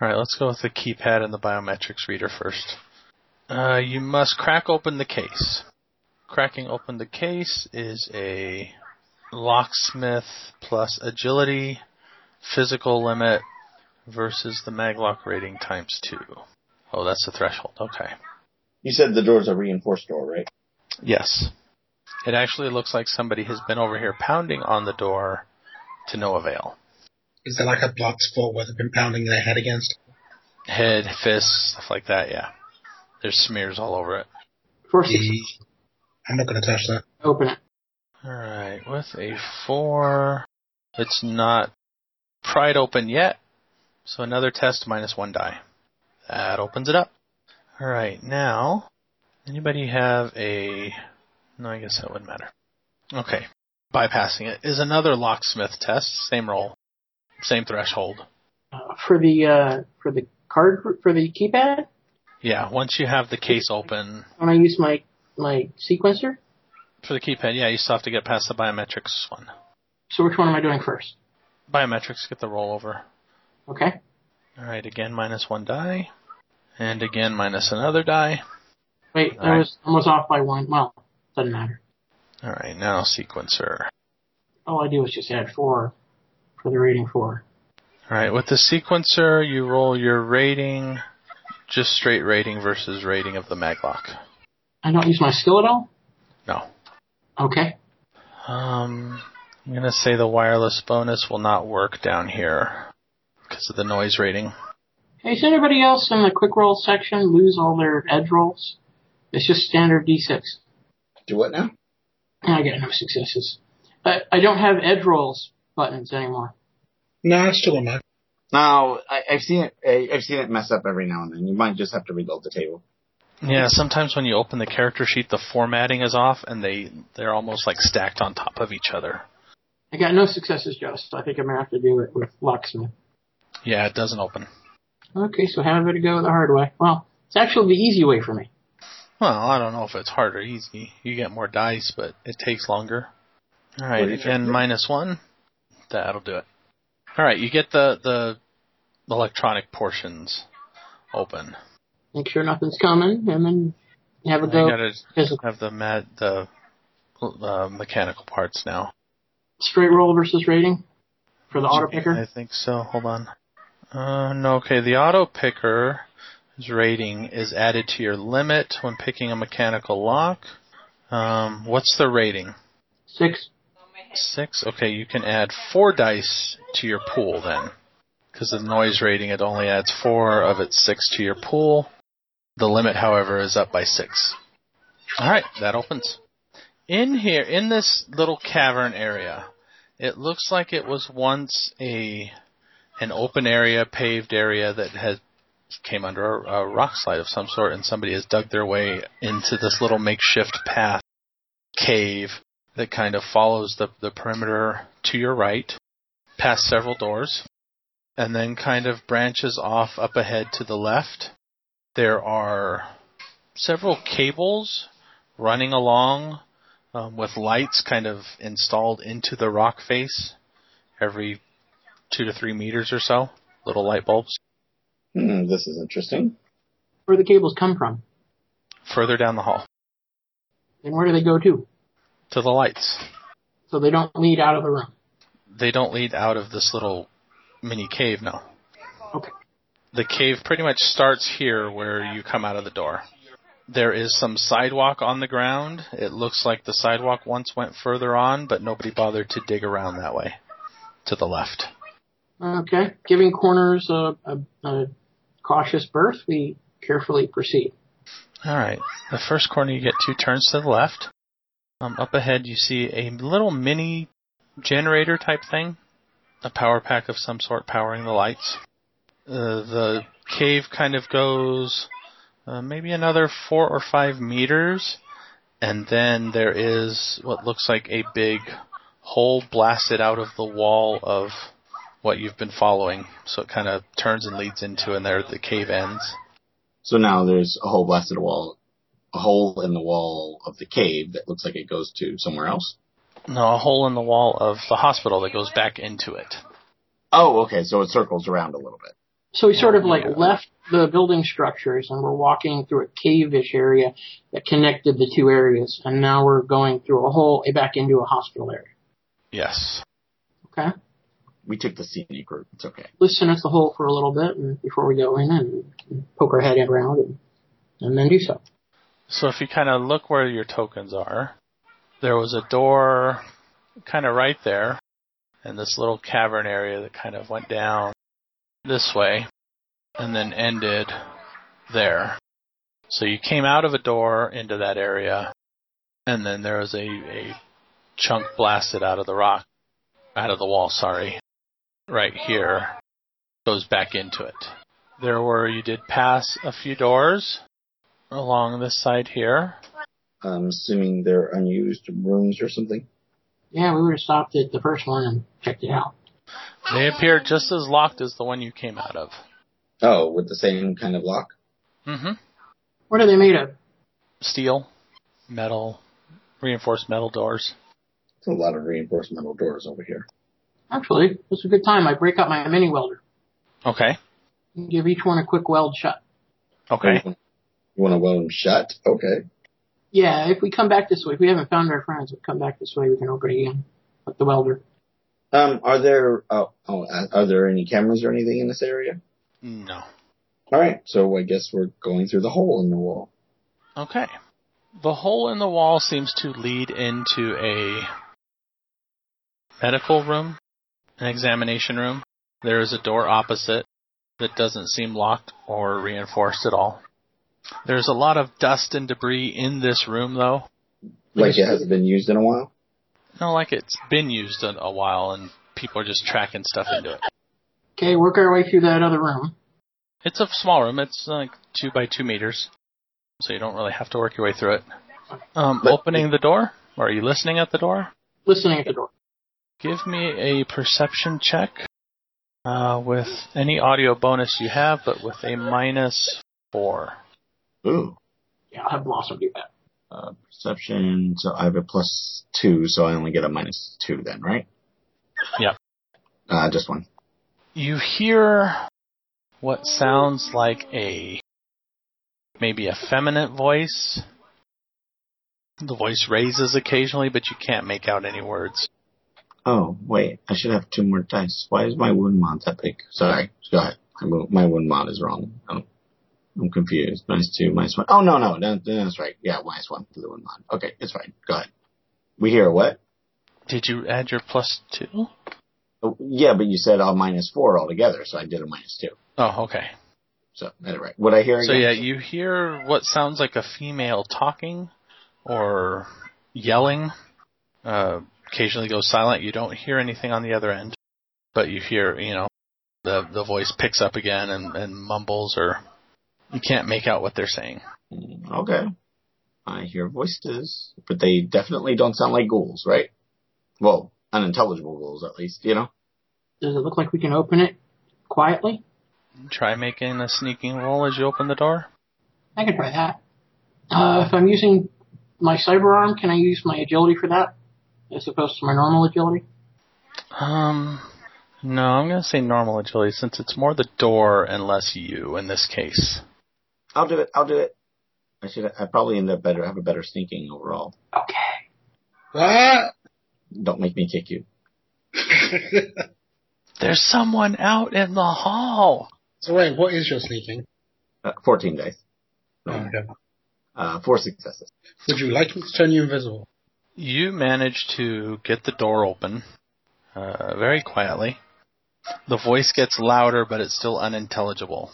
All right, let's go with the keypad and the biometrics reader first. Uh, you must crack open the case. Cracking open the case is a locksmith plus agility, physical limit versus the maglock rating times two. Oh, that's the threshold. Okay. You said the door's a reinforced door, right? Yes. It actually looks like somebody has been over here pounding on the door to no avail. Is there like a blood spot where they've been pounding their head against? Head, fists, stuff like that, yeah. There's smears all over it. First, Yee. I'm not gonna touch that. open it. Alright, with a four, it's not pried open yet. So another test minus one die. That opens it up. Alright, now, anybody have a. No, I guess that wouldn't matter. Okay, bypassing it is another locksmith test. Same roll, same threshold. Uh, for the uh, for the card for the keypad Yeah, once you have the case open when I use my my sequencer. for the keypad, yeah, you still have to get past the biometrics one. So which one am I doing first? Biometrics get the rollover. Okay. Alright, again minus one die. And again minus another die. Wait, I Alright. was almost off by one. Well, doesn't matter. Alright, now sequencer. All I do is just add four for the rating four. Alright, with the sequencer, you roll your rating, just straight rating versus rating of the maglock. I don't use my skill at all. No. Okay. Um, I'm gonna say the wireless bonus will not work down here because of the noise rating. Hey, is anybody else in the quick roll section lose all their edge rolls? It's just standard D6. Do what now? And I get no successes. I, I don't have edge rolls buttons anymore. No, it's still on mine. No, I, I've seen it. I, I've seen it mess up every now and then. You might just have to reload the table. Yeah, sometimes when you open the character sheet, the formatting is off, and they they're almost like stacked on top of each other. I got no successes, Joe, so I think I'm gonna have to do it with locksmith. Yeah, it doesn't open. Okay, so how did it go the hard way? Well, it's actually the easy way for me. Well, I don't know if it's hard or easy. You get more dice, but it takes longer. All What right, do you again think? minus one. That'll do it. All right, you get the the electronic portions open. Make sure nothing's coming, and then have a You go. gotta Physical. have the mat the uh, mechanical parts now. Straight roll versus rating for the auto I picker. think so. Hold on. Uh, no, okay. The auto picker rating is added to your limit when picking a mechanical lock. Um, what's the rating? Six. Six. Okay, you can add four dice to your pool then, because the noise rating it only adds four of its six to your pool. The limit, however, is up by six. All right, that opens. In here, in this little cavern area, it looks like it was once a an open area, paved area that has came under a, a rock slide of some sort, and somebody has dug their way into this little makeshift path cave that kind of follows the, the perimeter to your right, past several doors, and then kind of branches off up ahead to the left. There are several cables running along um, with lights kind of installed into the rock face every two to three meters or so, little light bulbs. Hmm, this is interesting. Where do the cables come from? Further down the hall And where do they go to? to the lights. So they don't lead out of the room. They don't lead out of this little mini cave, no. Okay. the cave pretty much starts here where you come out of the door. There is some sidewalk on the ground. It looks like the sidewalk once went further on, but nobody bothered to dig around that way to the left. Okay. Giving corners a, a, a cautious berth, we carefully proceed. All right. The first corner, you get two turns to the left. Um, up ahead, you see a little mini generator type thing, a power pack of some sort powering the lights. Uh, the cave kind of goes uh, maybe another four or five meters, and then there is what looks like a big hole blasted out of the wall of what you've been following. So it kind of turns and leads into, and there the cave ends. So now there's a hole blasted wall, a hole in the wall of the cave that looks like it goes to somewhere else. No, a hole in the wall of the hospital that goes back into it. Oh, okay. So it circles around a little bit. So we sort of like Yeah. left the building structures and we're walking through a cave-ish area that connected the two areas. And now we're going through a hole back into a hospital area. Yes. Okay. We took the scenic route. It's okay. listen at the hole for a little bit and before we go in and poke our head around and, and then do so. So if you kind of look where your tokens are, there was a door kind of right there, and this little cavern area that kind of went down this way and then ended there. So you came out of a door into that area, and then there was a, a chunk blasted out of the rock, out of the wall, sorry, right here, goes back into it. There were, you did pass a few doors along this side here. I'm assuming they're unused rooms or something. Yeah, we would have stopped at the first one and checked it out. They appear just as locked as the one you came out of. Oh, with the same kind of lock. Mm-hmm. What are they made of? Steel, metal, reinforced metal doors. It's a lot of reinforced metal doors over here. Actually, this is a good time. I break out my mini welder Okay. and give each one a quick weld shot. Okay. You want to weld them shut? Okay. Yeah, if we come back this way, if we haven't found our friends, we come back this way, we can open it again with the welder. Um, are there oh, oh uh, are there any cameras or anything in this area? No. All right, so I guess we're going through the hole in the wall. Okay. The hole in the wall seems to lead into a medical room, an examination room. There is a door opposite that doesn't seem locked or reinforced at all. There's a lot of dust and debris in this room, though. Like it hasn't been used in a while. Not like it's been used in a while and people are just tracking stuff into it. Okay, work our way through that other room. It's a small room. It's like two by two meters, so you don't really have to work your way through it. Um, But- opening the door, or are you listening at the door? Listening at the door. Give me a perception check uh, with any audio bonus you have, but with a minus four. Ooh, Yeah, I'll have Blossom do that. uh, perception. So I have a plus two, so I only get a minus two then, right? Yep. Uh, just one. You hear what sounds like a maybe a feminine voice. The voice raises occasionally, but you can't make out any words. Oh wait, I should have two more dice. Why is my wound mod that big? Sorry, go ahead. My wo- My wound mod is wrong. I'm, I'm confused. Minus two, minus one. Oh no, no, no, no, that's right. Yeah, minus one for the wound mod. Okay, it's fine. Go ahead. We hear what? Did you add your plus two? Oh, yeah, but you said a minus four altogether, so I did a minus two. Oh, okay. So I did it right. What I hear? So again? yeah, you hear what sounds like a female talking or yelling. Uh, occasionally goes silent. You don't hear anything on the other end, but you hear, you know, the the voice picks up again and, and mumbles, or you can't make out what they're saying. Mm, Okay. I hear voices, but they definitely don't sound like ghouls, right? Well, unintelligible ghouls, at least. You know. Does it look like we can open it quietly? Try making a sneaking roll as you open the door. I can try that. Uh, if I'm using my cyber arm, can I use my agility for that? As opposed to my normal agility? Um, no, I'm gonna say normal agility since it's more the door and less you in this case. I'll do it. I'll do it. I should. I probably end up better. Have a better sneaking overall. Okay. What? Don't make me kick you. There's someone out in the hall. so wait, what is your sneaking? Uh, Fourteen dice. Oh. Okay. Uh, four successes. Would you like me to turn you invisible? You manage to get the door open uh, very quietly. The voice gets louder, but it's still unintelligible.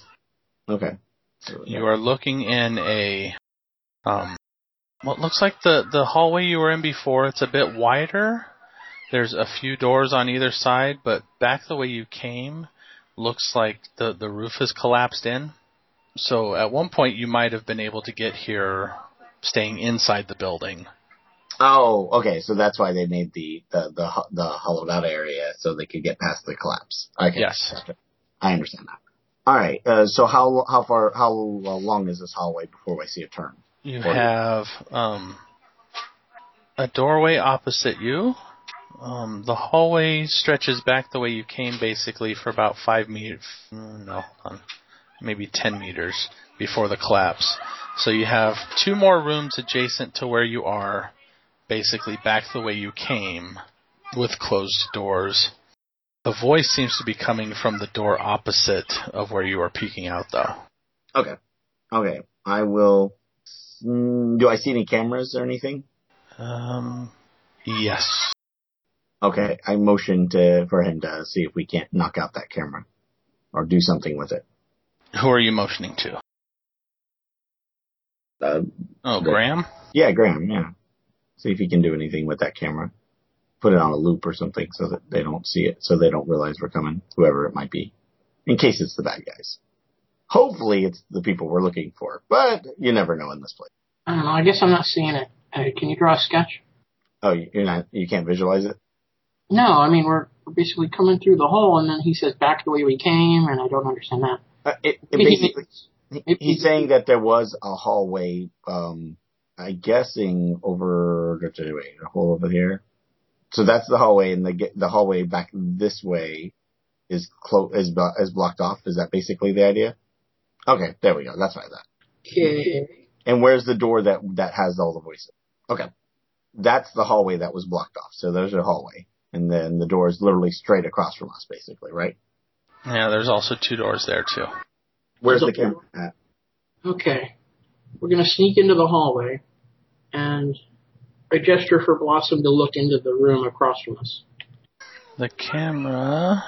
Okay. So, You are looking in a um, what looks like the the hallway you were in before. It's a bit wider. There's a few doors on either side, but back the way you came looks like the the roof has collapsed in. So at one point you might have been able to get here staying inside the building. Oh, okay. So that's why they made the the the, ho- the hollowed out area so they could get past the collapse. Okay. Yes. Gotcha. I understand that. All right. Uh, so how how far how long is this hallway before I see a turn? You Or- have um, a doorway opposite you. Um, the hallway stretches back the way you came, basically, for about five meters. No, hold on, maybe ten meters before the collapse. So you have two more rooms adjacent to where you are, basically back the way you came, with closed doors. The voice seems to be coming from the door opposite of where you are peeking out, though. Okay. Okay. I will. Mm, do I see any cameras or anything? Um, yes. Okay. I motion to for him to see if we can't knock out that camera or do something with it. Who are you motioning to? Uh, Oh, The- Graham? Uh, yeah, Graham. Yeah. See if he can do anything with that camera. put it on a loop or something so that they don't see it, so they don't realize we're coming, whoever it might be, in case it's the bad guys. Hopefully it's the people we're looking for, but you never know in this place. I don't know. I guess I'm not seeing it. Uh, can you draw a sketch? Oh, you're not, you can't visualize it? No, I mean we're we're basically coming through the hole, and then he says back the way we came, and I don't understand that. Uh, it, it Maybe- basically, he- he's saying that there was a hallway, um, I guessing over, wait, a hole over here. So that's the hallway and the, ge- the hallway back this way is clo- is, blo- is blocked off. Is that basically the idea? Okay, there we go. That's what I thought. Okay. And where's the door that that has all the voices? Okay, that's the hallway that was blocked off. So there's a hallway, and then the door is literally straight across from us, basically, right? Yeah, there's also two doors there too. Where's So- the camera? At? Okay. We're gonna sneak into the hallway, and I gesture for Blossom to look into the room across from us. The camera.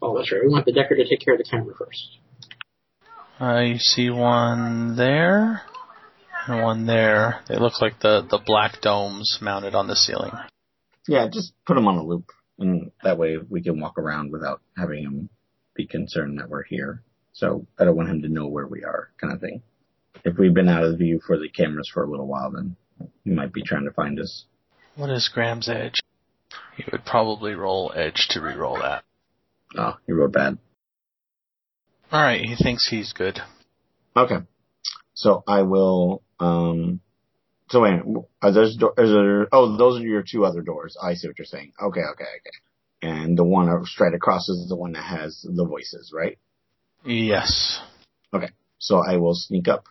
Oh, that's right. We want the Decker to take care of the camera first. Uh, you see one there and one there. They look like the, the black domes mounted on the ceiling. Yeah, just put them on a loop, and that way we can walk around without having him be concerned that we're here. So I don't want him to know where we are, kind of thing. If we've been out of view for the cameras for a little while, then he might be trying to find us. What is Graham's edge? He would probably roll edge to re-roll that. Oh, he wrote bad. Alright, he thinks he's good. Okay. So I will. um So wait, are those do- is there? Oh, those are your two other doors. I see what you're saying. Okay, okay, okay. And the one uh, straight across is the one that has the voices, right? Yes. So I will sneak up.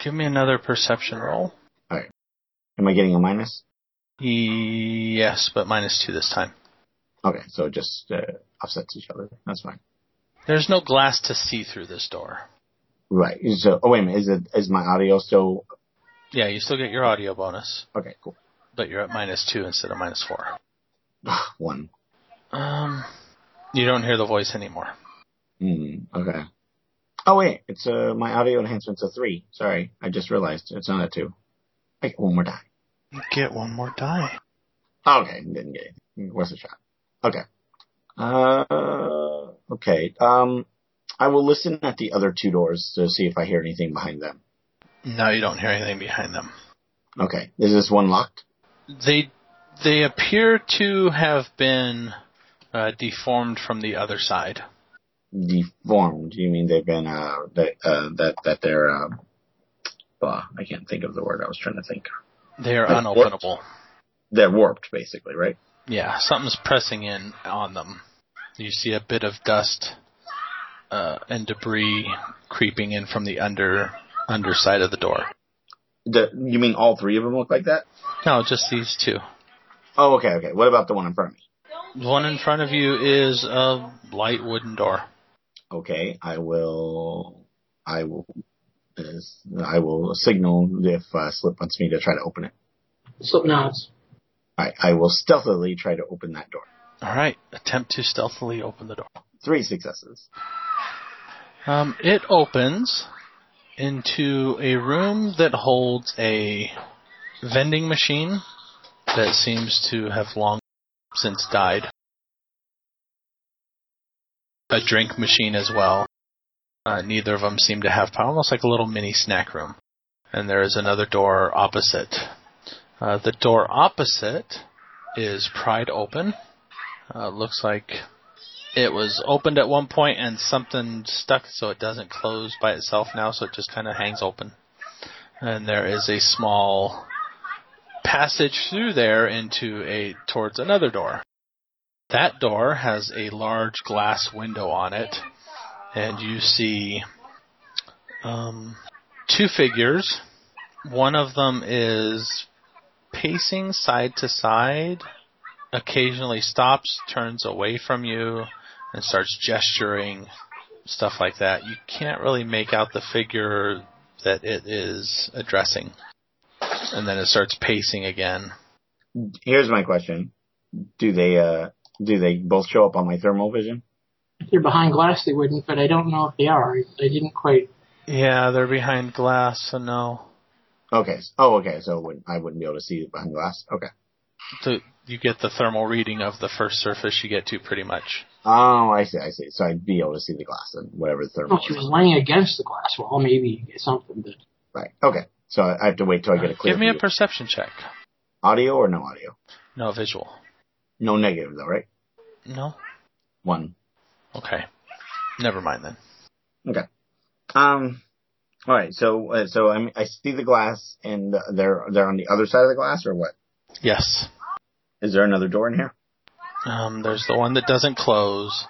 Give me another perception roll. Am I getting a minus? Yes, but minus two this time. Okay, so it just uh, offsets each other. That's fine. There's no glass to see through this door. Right. So, oh wait a minute. Is it is my audio still? Yeah, you still get your audio bonus, Okay, cool. but you're at minus two instead of minus four. one. Um, you don't hear the voice anymore. Mm, okay. Oh wait, it's uh my audio enhancement's a three. Sorry, I just realized it's not a two. I get one more die. You get one more die. Okay, didn't get anything. Worth a shot. Okay. Uh, okay. Um, I will listen at the other two doors to see if I hear anything behind them. No, you don't hear anything behind them. Okay. Is this one locked? They they appear to have been uh, deformed from the other side. Deformed? You mean they've been uh that uh that that they're uh, bah, I can't think of the word I was trying to think. They are Like what? unopenable. They're warped, basically, right? Yeah, something's pressing in on them. You see a bit of dust uh, and debris creeping in from the under underside of the door. The, you mean all three of them look like that? No, just these two. Oh, okay, okay. What about the one in front of me? The one in front of you is a light wooden door. Okay, I will. I will. is- I will signal if uh, Slip wants me to try to open it. Slip nods. I, I will stealthily try to open that door. All right, attempt to stealthily open the door. Three successes. Um, it opens into a room that holds a vending machine that seems to have long since died. A drink machine as well. Uh, neither of them seem to have power, almost like a little mini snack room. And there is another door opposite. Uh, the door opposite is pried open. Uh, looks like it was opened at one point and something stuck so it doesn't close by itself now so it just kind of hangs open and there is a small passage through there into a towards another door that door has a large glass window on it and you see um, two figures one of them is pacing side to side occasionally stops turns away from you and starts gesturing, stuff like that. You can't really make out the figure that it is addressing. And then it starts pacing again. Here's my question: Do they uh do they both show up on my thermal vision? If they're behind glass, they wouldn't, but I don't know if they are. I, I didn't quite. Yeah, they're behind glass, so no. Okay. s- Oh, okay. So it wouldn't, I wouldn't be able to see it behind glass. Okay. the, you get the thermal reading of the first surface you get to pretty much. Oh, I see, I see. So I'd be able to see the glass and whatever the thermal. Well, she was laying against the glass wall, maybe you get something. But Right. Okay. So I have to wait till I get a clear Give me a view. perception check. audio or no audio? No visual. No negative though, right? No. One. Okay. Never mind then. Um. All right. So uh, so I'm, I see the glass and they're they're on the other side of the glass or what? Yes. Is there another door in here? Um, there's the one that doesn't close,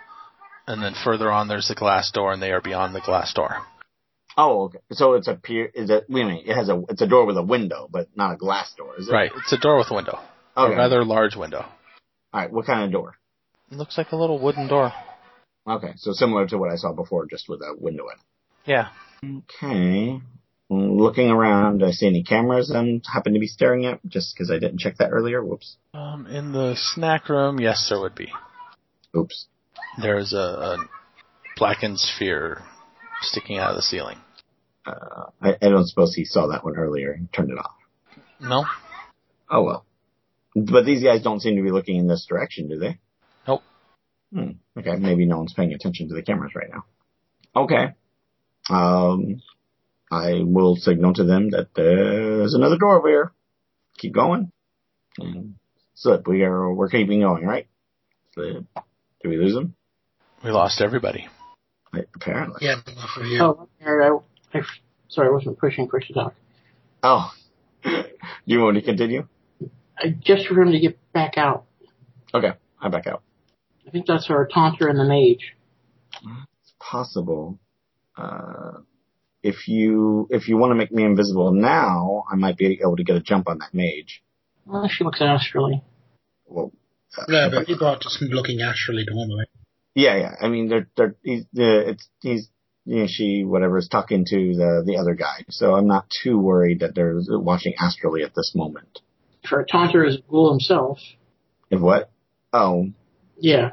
and then further on there's the glass door, and they are beyond the glass door. Oh, okay. So it's a pier. Is it? Wait a minute. It has a. It's a door with a window, but not a glass door, is it? Right. It's a door with a window, Okay. a rather large window. All right. What kind of door? It looks like a little wooden door. Okay. So similar to what I saw before, just with a window in. it. Yeah. Okay. Looking around, do I see any cameras I'm happen to be staring at? Just because I didn't check that earlier. Whoops. Um, in the snack room, yes, there would be. Oops. There's a, a blackened sphere sticking out of the ceiling. Uh, I, I don't suppose he saw that one earlier and turned it off. No. Oh well. But these guys don't seem to be looking in this direction, do they? Nope. Hmm. Okay, maybe no one's paying attention to the cameras right now. Okay. Um, I will signal to them that there's another door over here. Keep going. And slip. We are we're keeping going, right? Slip. Did we lose them? We lost everybody. Apparently. Yeah, enough of you. oh, there, I, I, sorry, I wasn't pushing quick to talk. Oh. Do you want me to continue? I just for him to get back out. Okay, I back out. I think that's our taunter and the mage. possible. Uh, if you if you want to make me invisible now, I might be able to get a jump on that mage. Unless she looks astrally. Well, uh, No, but people are just looking astrally normally. yeah, yeah. I mean, they're they're he's uh, it's he's you know, she whatever is talking to the the other guy, so I'm not too worried that they're watching astrally at this moment. If our taunter is Ghoul himself, If what? Oh, yeah,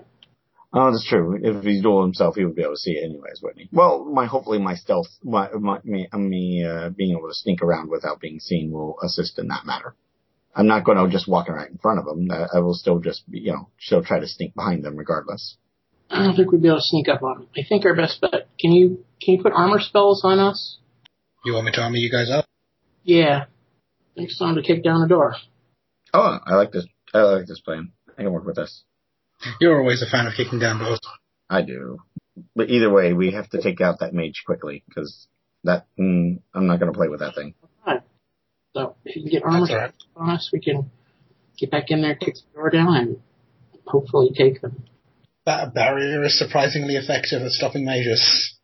Oh, that's true. If he's dual himself, he would be able to see it anyways, wouldn't he? Well, my hopefully my stealth, my, my me, uh, me uh, being able to sneak around without being seen will assist in that matter. I'm not going to just walk right in front of them. I, I will still just, be, you know, still try to sneak behind them regardless. I don't think we'd be able to sneak up on him. I think our best bet. Can you can you put armor spells on us? You want me to armor you guys up? Yeah. Next time to kick down the door. Oh, I like this. I like this plan. I can work with this. You're always a fan of kicking down doors. I do. But either way, we have to take out that mage quickly because that mm, I'm not going to play with that thing. So if you can get armor That's spells alright. on us, we can get back in there, kick the door down, and hopefully take them. That barrier is surprisingly effective at stopping mages.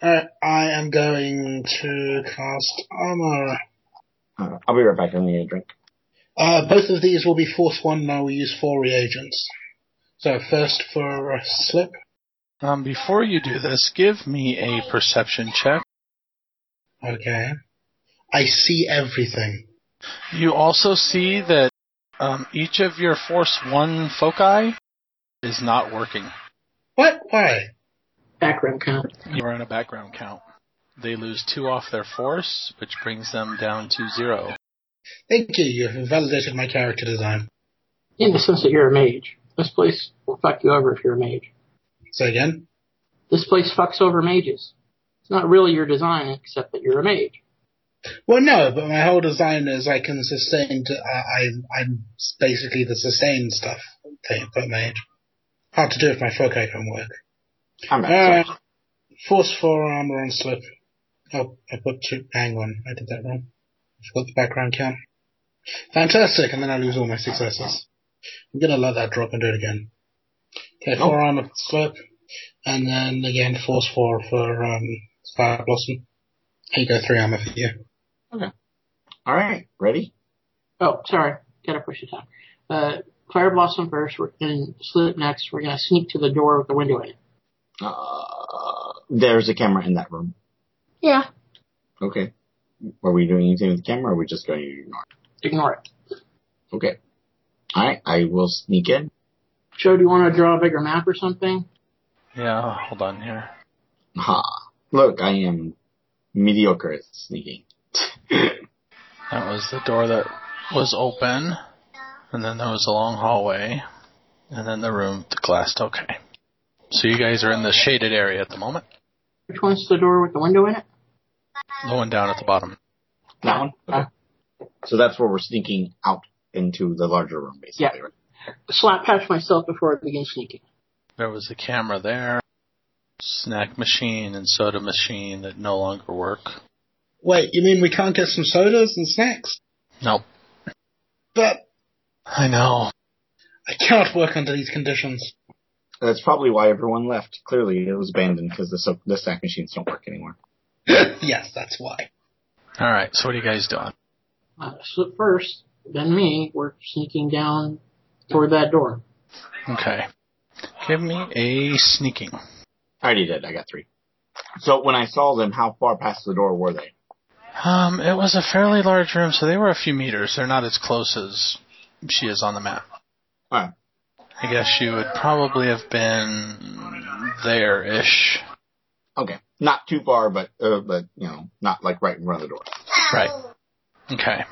Uh, I am going to cast armor. Uh, I'll be right back. I need a drink. Uh, both of these will be force one. Now we use four reagents. So first for a slip. Um, before you do this, give me a perception check. Okay. I see everything. You also see that um, each of your Force 1 foci is not working. What? Why? Background count. You are on a background count. They lose two off their force, which brings them down to zero. Thank you. You've validated my character design. In the sense that you're a mage. This place will fuck you over if you're a mage. So again, This place fucks over mages. It's not really your design except that you're a mage. well, no, but my whole design is I can sustain. To, I, I'm, I'm basically the sustain stuff thing, but made hard to do if my foci can work. I'm Uh, back. force four armor on slip. Oh, I put two. Hang on, I did that wrong. I forgot the background count. Fantastic, and then I lose all my successes. I'm gonna let that drop and do it again. Okay, four armor for slip, and then again force four for um, fire blossom. Here you go, three armor for you. All right. Ready? Oh, sorry. Gotta push the time. Uh, Fire Blossom first, we're- and Slip next. We're gonna sneak to the door with the window in it. Uh, there's a camera in that room. Yeah. Okay. Are we doing anything with the camera or are we just going to ignore Ignore it. it? Okay. Alright, I will sneak in. Joe, do you wanna draw a bigger map or something? Yeah, hold on here. Ha. Look, I am mediocre at sneaking. That was the door that was open. And then there was a long hallway, and then the room with the glassed. Okay. So you guys are in the shaded area at the moment. Which one's the door with the window in it? The one down at the bottom. That one? Okay. So that's where we're sneaking out into the larger room, basically, right? Slap past myself before I begin sneaking. There was a camera there, snack machine and soda machine that no longer work. Wait, you mean we can't get some sodas and snacks? Nope. But I know. I cannot work under these conditions. That's probably why everyone left. Clearly, it was abandoned because the, so- the snack machines don't work anymore. yes, that's why. All right. So what are you guys doing? Uh, slip first, then me. We're sneaking down toward that door. Okay. Give me a sneaking. I already did. I got three. So when I saw them, how far past the door were they? Um, it was a fairly large room, so they were a few meters. They're not as close as she is on the map. Alright. I guess you would probably have been there ish. Okay, not too far, but uh, but you know, not like right in front of the door. Right. Okay.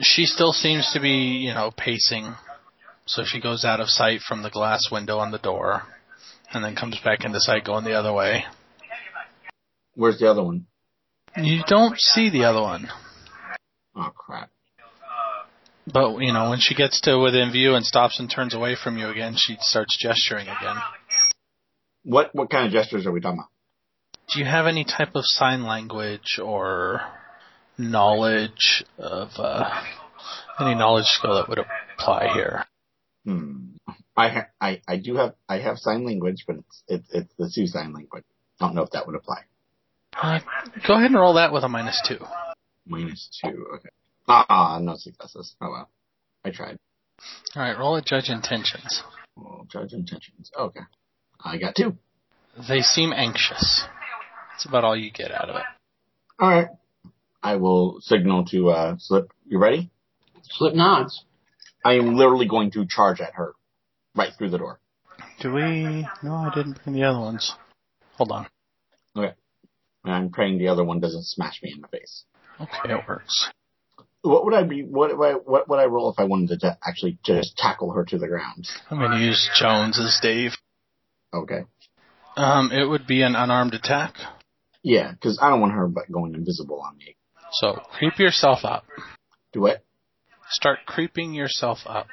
She still seems to be, you know, pacing. So she goes out of sight from the glass window on the door and then comes back into sight going the other way. Where's the other one? You don't see the other one. Oh crap! But, you know, when she gets to within view and stops and turns away from you again, she starts gesturing again. What what kind of gestures are we talking about? Do you have any type of sign language or knowledge of uh, any knowledge skill that would apply here? Hmm. I ha- I I do have I have sign language, but it's it's it's the Sioux sign language. I don't know if that would apply. Uh, go ahead and roll that with a minus two. Minus two. Okay. Ah, no successes. Oh well. I tried. All right, roll at judge intentions. Well, judge intentions. Okay. I got two. They seem anxious. That's about all you get out of it. All right. I will signal to uh, slip. You ready? Slip nods. I am literally going to charge at her, right through the door. Do we? No, I didn't bring the other ones. Hold on. And I'm praying the other one doesn't smash me in the face. Okay, it works. What would I be? What would I, what would I roll if I wanted to actually just tackle her to the ground? I'm going to use Jones as Dave. Okay. Um, it would be an unarmed attack. Yeah, because I don't want her but going invisible on me. So creep yourself up. Do it. Start creeping yourself up.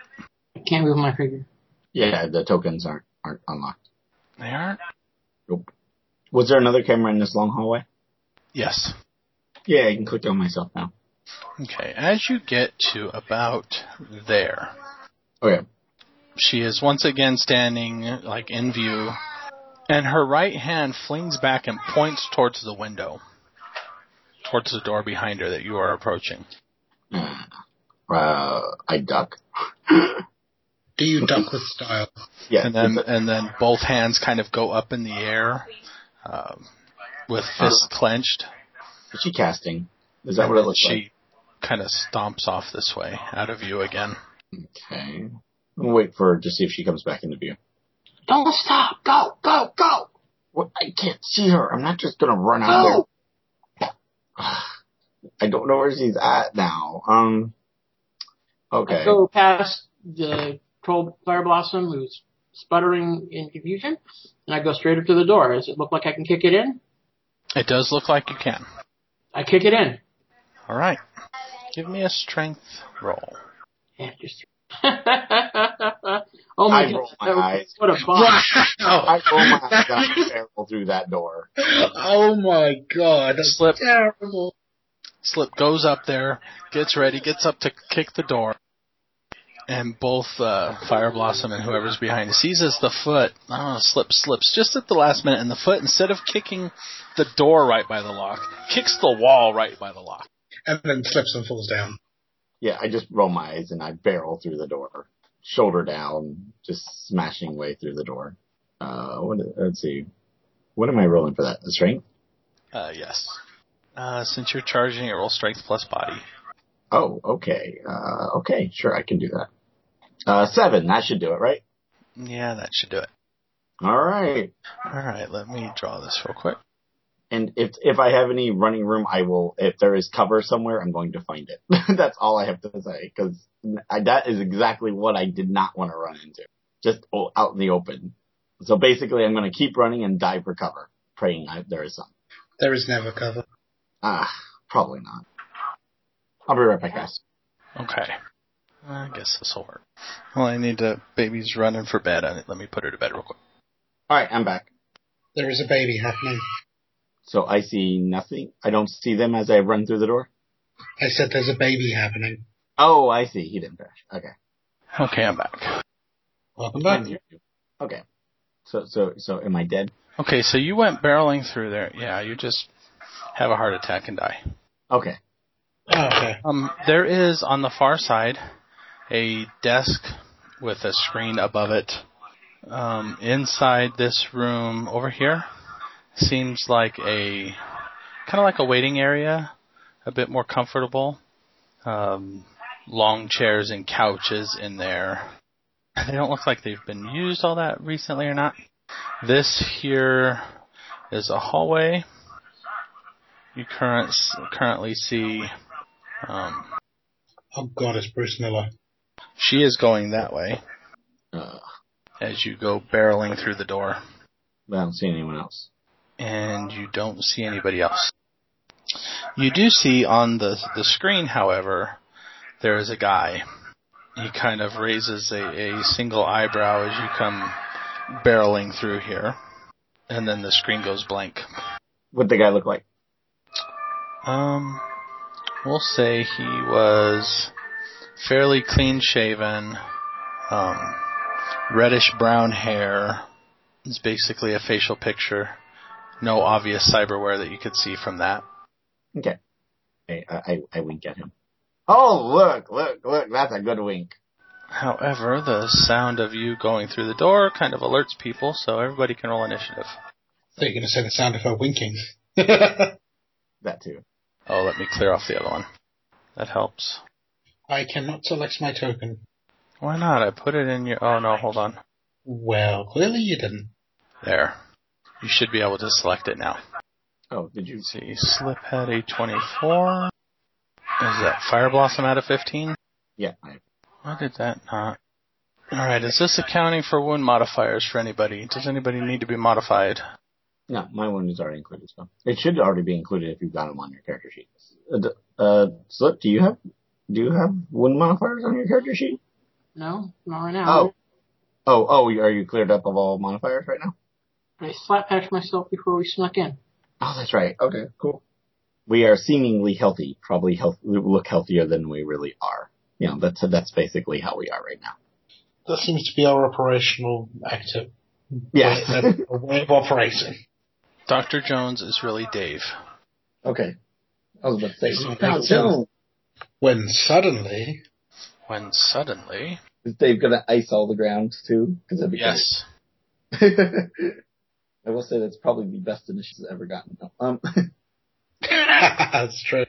I can't move my finger. Yeah, the tokens aren't aren't unlocked. They aren't. Was there another camera in this long hallway? Yes. Yeah, I can click on myself now. Okay, as you get to about there, Okay. she is once again standing, like, in view, and her right hand flings back and points towards the window, towards the door behind her that you are approaching. Uh, uh, I duck. Do you duck with style? Yeah. And then, it's and then both hands kind of go up in the air, um, with fists clenched. a- is she casting? Is that and what it then looks like? She kind of stomps off this way, out of view again. Okay. I'm gonna wait for her to see if she comes back into view. Don't stop. Go, go, go. What? I can't see her. I'm not just gonna run out. Go. Oh! I don't know where she's at now. Um. I Okay. go past the troll fire blossom who's sputtering in confusion, and I go straight up to the door. Does it look like I can kick it in? It does look like you can. I kick it in. All right. Give me a strength roll. Yeah, just. oh my I god! roll my that was- eyes. What a bomb! Wow! I roll my eyes down the barrel through that door. Oh my god, that's Slip. terrible. Slip goes up there, gets ready, gets up to kick the door, and both uh, Fire Blossom and whoever's behind seizes the foot. Oh, Slip slips just at the last minute, and the foot, instead of kicking the door right by the lock, kicks the wall right by the lock. And then slips and falls down. Yeah, I just roll my eyes and I barrel through the door, shoulder down, just smashing way through the door. Uh, what, let's see. What am I rolling for that? The strength? Uh, yes. Uh, since you're charging, it rolls strength plus body. Oh, okay. Uh, okay, sure, I can do that. Uh, seven. That should do it, right? Yeah, that should do it. All right. All right, let me draw this real quick. And if if I have any running room, I will. If there is cover somewhere, I'm going to find it. That's all I have to say because that is exactly what I did not want to run into, just o- out in the open. So basically, I'm going to keep running and dive for cover, praying I, there is some. There is never cover. Ah, probably not. I'll be right back, guys. Okay. I guess this will work. Well, I need to. Baby's running for bed. I, let me put her to bed real quick. All right, I'm back. There is a baby happening. So I see nothing. I don't see them as I run through the door. I said there's a baby happening. Oh, I see. He didn't crash. Okay. Okay, I'm back. Welcome I back. hear you. Okay. So so so am I dead? Okay, so you went barreling through there. Yeah, you just have a heart attack and die. Okay. Oh, okay. Um, there is on the far side a desk with a screen above it. Um, inside this room over here seems like a kind of like a waiting area, a bit more comfortable. Um, long chairs and couches in there. They don't look like they've been used all that recently or not. This here is a hallway. You current, currently see um, Oh god, it's Bruce Miller. she is going that way Uh, as you go barreling through the door, I don't see anyone else. and you don't see anybody else. You do see on the the screen, however, there is a guy. He kind of raises a, a single eyebrow as you come barreling through here, and then the screen goes blank. What the guy look like? Um, we'll say he was fairly clean shaven, um, reddish brown hair. It's basically a facial picture. No obvious cyberware that you could see from that. Okay. I I, I wink at him. Oh look look look! That's a good wink. However, the sound of you going through the door kind of alerts people, so everybody can roll initiative. I thought you were going to say the sound of her winking. I That too. Oh, let me clear off the other one. That helps. cannot select my token. Why not? I put it in your. Oh no, hold on. Well, clearly you didn't. There. You should be able to select it now. Oh, did you? Let's see, Slip had a 24. Is that Fire Blossom out of 15? Yeah. I, Why did that not? Alright, is this accounting for wound modifiers for anybody? Does anybody need to be modified? no, my one is already included. So it should already be included if you've got him on your character sheet. Uh, d- uh Slip, do you have do you have wound modifiers on your character sheet? No, not right now. Oh. Oh, oh, are you cleared up of all modifiers right now? I slap patched myself before we snuck in. Oh, that's right. Okay, cool. We are seemingly healthy, probably health, look healthier than we really are. You know, that's, that's basically how we are right now. That seems to be our operational active. Yeah. Way, a way of operating. Dr. Jones is really Dave. okay. I was about to say, Doesn't "Now, make sense." Joe, When suddenly, When suddenly. is Dave gonna ice all the ground too? Cause that'd be Yes. great. I will say that's probably the best initiative I've ever gotten. No, Um, that's true.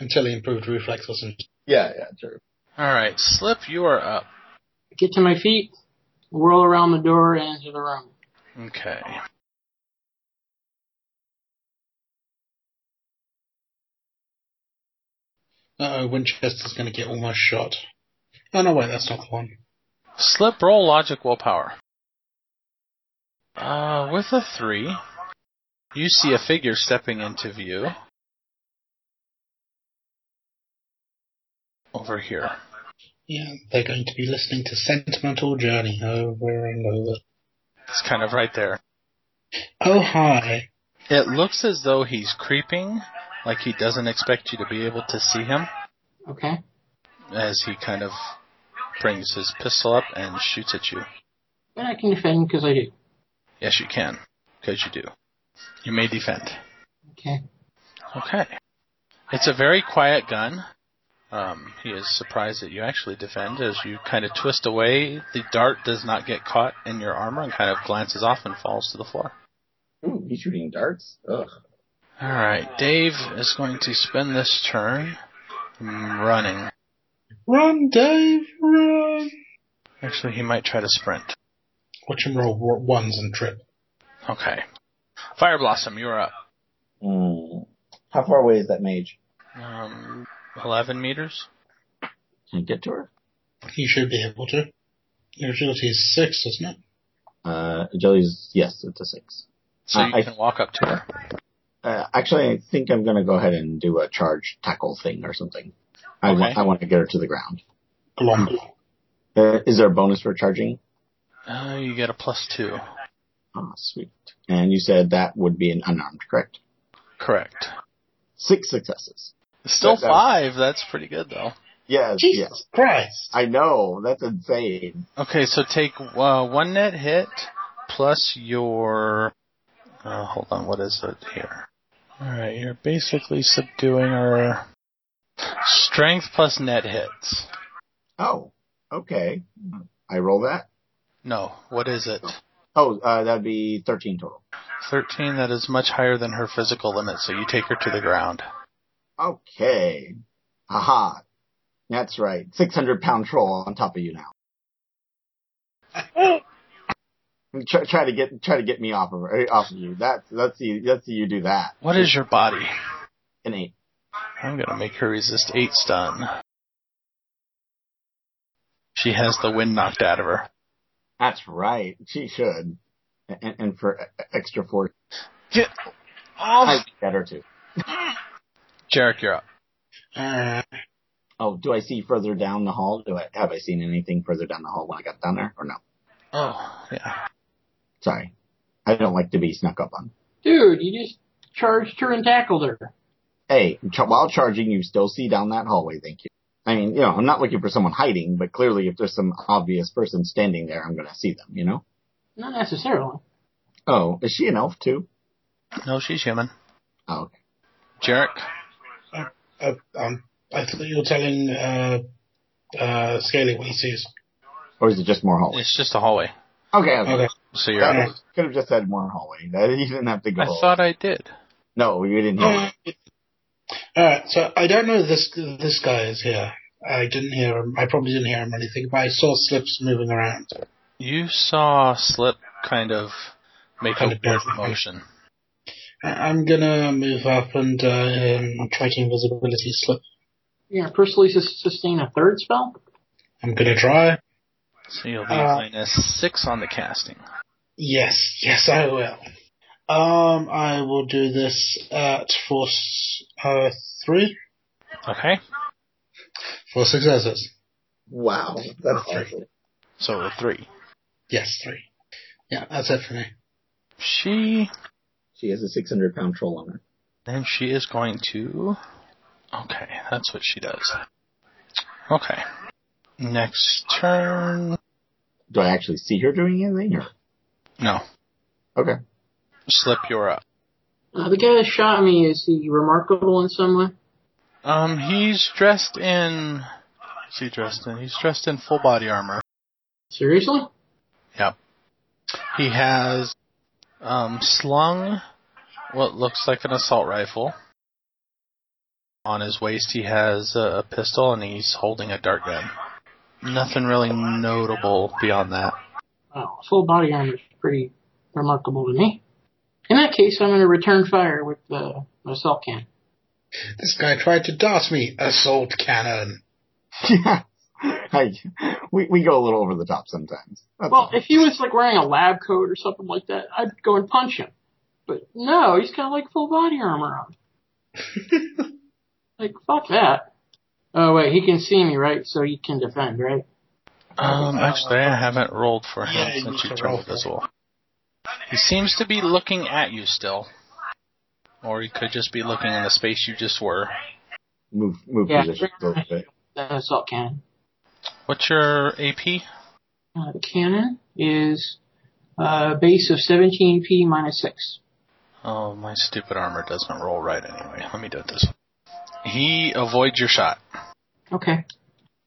Until he improved reflex or something. yeah, yeah, true. Alright, Slip, you are up. Get to my feet, whirl around the door, and into the room. Okay. Uh oh, Winchester's going to get almost shot. Oh no, wait, that's not the one. Slip, roll, logic, willpower. Uh, with a three, you see a figure stepping into view. Over here. Yeah, they're going to be listening to Sentimental Journey over and over. It's kind of right there. Oh hi. It looks as though he's creeping, like he doesn't expect you to be able to see him, Okay. as he kind of brings his pistol up and shoots at you. But I can defend because I do. Yes, you can, because you do. You may defend. Okay. Okay. It's a very quiet gun. Um, he is surprised that you actually defend as you kind of twist away. The dart does not get caught in your armor and kind of glances off and falls to the floor. Ooh, he's shooting darts? Ugh. Alright, Dave is going to spend this turn mm, running. Run, Dave, run! Actually, he might try to sprint. Watch him roll wa- ones and trip. Okay. Fire Blossom, you are up. Hmm. How far away is that mage? Um, 11 meters? Can I get to her? You should be able to. Your agility is six, isn't it? Uh, agility's, yes, it's a six. So Uh, you I- can walk up to her. Uh, actually, I think I'm gonna go ahead and do a charge tackle thing or something. I Okay. want, I want to get her to the ground. Glomp. Uh, is there a bonus for charging? Uh, you get a plus two. Ah, sweet. And you said that would be an unarmed, correct? Correct. Six successes. Still That- that- five. That's pretty good though. Yes, Jesus yes. Christ! I know. That's insane. Okay, so take uh, one net hit plus your. Uh, hold on, what is it here? All right, you're basically subduing her. Strength plus net hits. Oh, okay. I roll that. No, what is it? Oh, uh, that'd be 13 total. Thirteen. That is much higher than her physical limit, so you take her to the ground. Okay. Aha. That's right. 600 pound troll on top of you now. Try, try to get try to get me off of her, eh, off of you. That's let's see let's see you do that. What is your body? An eight. I'm gonna make her resist eight stun. She has the wind knocked out of her. That's right. She should. And, and for e- extra four, Get off! I get her too. Jarek, you're up. Uh, Oh, do I see further down the hall? Do I have I seen anything further down the hall when I got down there or no? Oh, yeah. Sorry, I don't like to be snuck up on. Dude, you just charged her and tackled her. Hey, ch- while charging, you still see down that hallway. Thank you. I mean, you know, I'm not looking for someone hiding, but clearly, if there's some obvious person standing there, I'm gonna see them. You know? Not necessarily. Oh, is she an elf too? No, she's human. Oh, okay. Jarek, uh, um, I thought you were telling uh, uh, Scaly what he sees. Or is it just more hallway? it's just a hallway. Okay, okay. Okay. So you're Yeah. up. Okay. Could have just said more hallway. That- You didn't have to go. I thought I did. no, you didn't. Hear me. Uh, Alright, so I don't know this this guy is here. I didn't hear him. I probably didn't hear him or anything, but I saw slips moving around. You saw Slip kind of make Kind a of weird dance. motion. I- I'm gonna move up and uh, um, try to invisibility slip. You're gonna personally sus- sustain a third spell? I'm gonna try. So you'll be Uh. minus six on the casting. Yes, yes, I will. Um, I will do this at force uh, three Okay? for successes. Wow, that's awful. So a three. Yes, three. Yeah, that's it for me. She. She has a 600 pound troll on her. Then she is going to. Okay, that's what she does. Okay. Next turn. Do I actually see her doing anything? Or? No. Okay. Slip, you're up. Uh, the guy that shot me, is he remarkable in some way? Um, he's dressed in. What's he dressed in? He's dressed in full body armor. Seriously? He has um, slung what looks like an assault rifle. On his waist, he has a, a pistol and he's holding a dart gun. Nothing really notable beyond that. Wow, full body armor is pretty remarkable to me. In that case, I'm going to return fire with uh, my assault can. This guy tried to dart me. Assault cannon. Yes. I, we, we go a little over the top sometimes. That's Well, all. if he was like wearing a lab coat or something like that, I'd go and punch him. But no, he's got like full body armor on. like fuck that. Oh wait, he can see me, right? So he can defend, right? Um, actually, I haven't rolled for him Yeah, you since you need to turned roll. invisible. He seems to be looking at you still. Or he could just be looking in the space you just were. move move Yeah. positions a little bit. That assault cannon. What's your AP? Uh, the cannon is uh, base of 17p minus six. Oh, my stupid armor doesn't roll right anyway. Let me do it this way. He avoids your shot. Okay.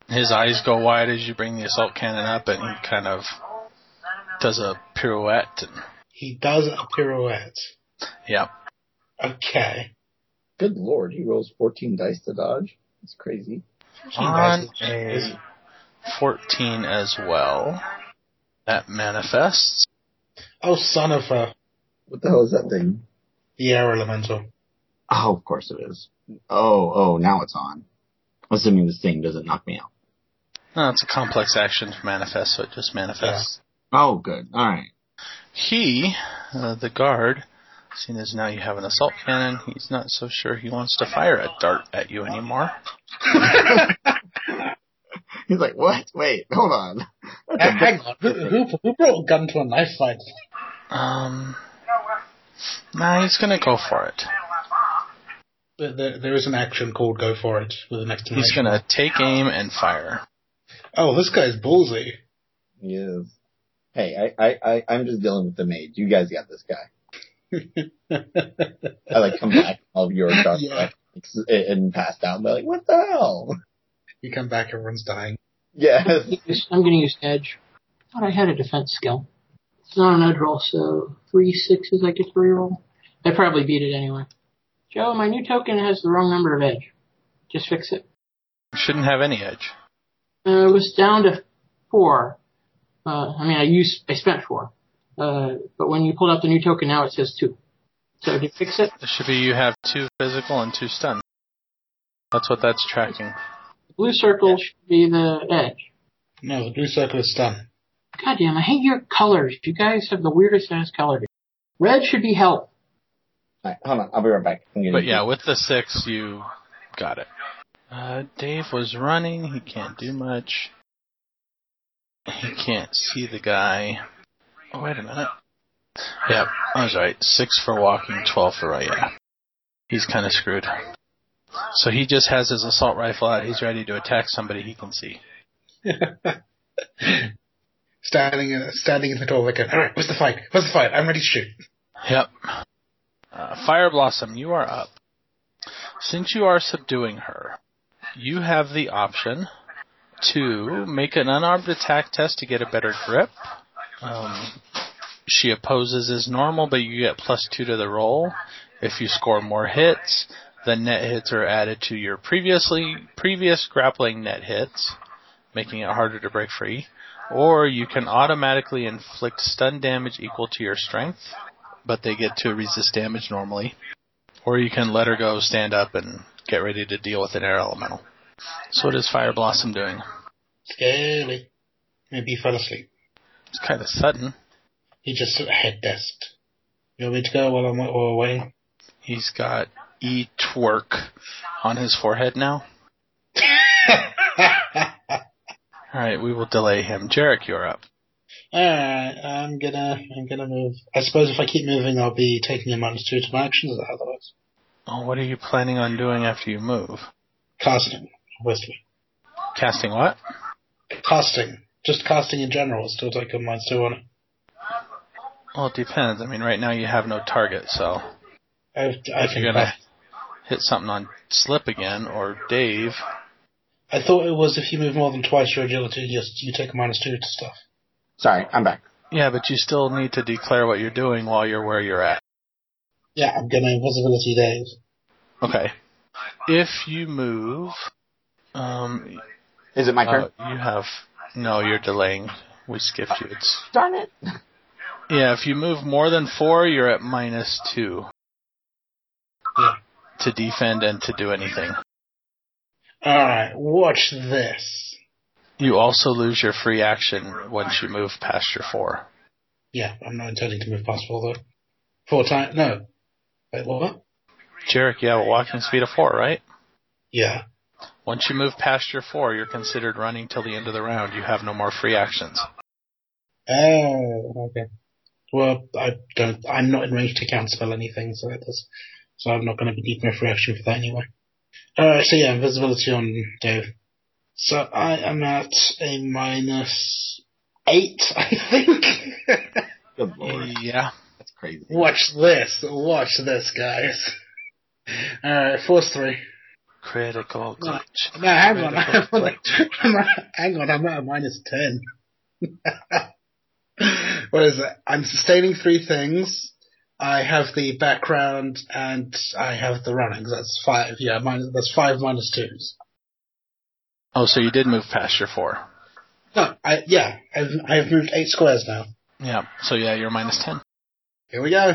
His eyes go wide as you bring the assault cannon up, and he kind of does a pirouette. And, He does a pirouette. yeah. Okay. Good lord, he rolls 14 dice to dodge. That's crazy. On a 14 as well. That manifests. Oh, son of a What the hell is that thing? the air elemental. Oh, of course it is. Oh, oh, now it's on. Assuming this thing doesn't knock me out. No, it's a complex action to manifest, so it just manifests. Oh, good. All right. He, uh, the guard, seeing as now you have an assault cannon, he's not so sure he wants to fire a dart at you anymore. He's like, what? Wait, hold on. That's a Hang on. Who, who, who brought a gun to a knife fight? Um, nah, he's gonna go for it. There, there- there is an action called "Go for it" with an exclamation. He's gonna take aim and fire. Oh, this guy's ballsy. big- Yes. Hey, I, I, I, I'm just dealing with the maid. You guys got this guy. I like come back all of your dark Yeah. ex- and passed out. and They're like, what the hell? you come back, everyone's dying. Yes. I'm going to use edge. thought I had a defense skill. It's not an edge roll, so three sixes I get to reroll. I probably beat it anyway. Joe, my new token has the wrong number of edge. Just fix it. Shouldn't have any edge. Uh, it was down to four. Uh, I mean, I used, I spent four. Uh, but when you pulled out the new token now, it says two. So to fix it, It should be you have two physical and two stun. That's what that's tracking. the blue circle should be the edge. No, the blue circle is done. God damn, I hate your colors. You guys have the weirdest ass colors. Red should be help. All right, hold on. I'll be right back. I'm getting- But yeah, with the six, you got it. Uh, Dave was running. He can't do much. He can't see the guy. Oh, wait a minute. Yep, I was right. Six for walking, twelve for right. Yeah, he's kind of screwed. So he just has his assault rifle out. He's ready to attack somebody he can see. standing, in, standing in the door, like, all right, where's the fight? Where's the fight? I'm ready to shoot. Yep. Uh, Fire Blossom, you are up. Since you are subduing her, you have the option to make an unarmed attack test to get a better grip. Um, she opposes as normal, but you get plus two to the roll. If you score more hits, the net hits are added to your previously previous grappling net hits, making it harder to break free. Or you can automatically inflict stun damage equal to your strength but they get to resist damage normally. Or you can let her go, stand up, and get ready to deal with an air elemental. So what is Fire Blossom doing? Scary. Maybe he fell asleep. It's kind of sudden. He just sort of head desked. You want me to go while I'm while we're waiting? He's got E twerk on his forehead now. All right, we will delay him. Jarek, you're up. Alright, I'm gonna, I'm gonna move. I suppose if I keep moving, I'll be taking a minus two to my actions, is that how that works? Oh, what are you planning on doing after you move? Casting, obviously. Casting what? Casting. Just casting in general, it's still take a minus two on it. Well, it depends. I mean, right now you have no target, so I, I think you're gonna that- hit something on Slip again or Dave. I thought it was if you move more than twice your agility, just you take a minus two to stuff. Sorry, I'm back. Yeah, but you still need to declare what you're doing while you're where you're at. Yeah, I'm gonna invisibility Dave. Okay. If you move, um, Is it my turn? uh, you have no. You're delaying. We skipped you. It's Darn it. yeah. If you move more than four, you're at minus two Yeah. to defend and to do anything. Alright, watch this. You also lose your free action once you move past your four. Yeah, I'm not intending to move past four though. Four times, no. Wait, what? Jarek, you have a walking speed of four, right? Yeah. Once you move past your four, you're considered running till the end of the round. You have no more free actions. Oh, okay. Well, I don't, I'm not in range to cancel anything, so it is. So I'm not gonna be deep enough reaction for that anyway. Alright, so yeah, invisibility on Dave. So I am at a minus eight, I think. Oh, Good lord. Yeah. That's crazy. Watch this. Watch this, guys. Alright, force three. Critical glitch. No, hang on. Critical I'm on I'm at- hang on, I'm at a minus ten. what is it? I'm sustaining three things. I have the background and I have the running. That's five. Yeah, minus, that's five minus twos. Oh, so you did move past your four. No, I, yeah, I've, I've moved eight squares now. Yeah. So yeah, you're minus ten. Here we go.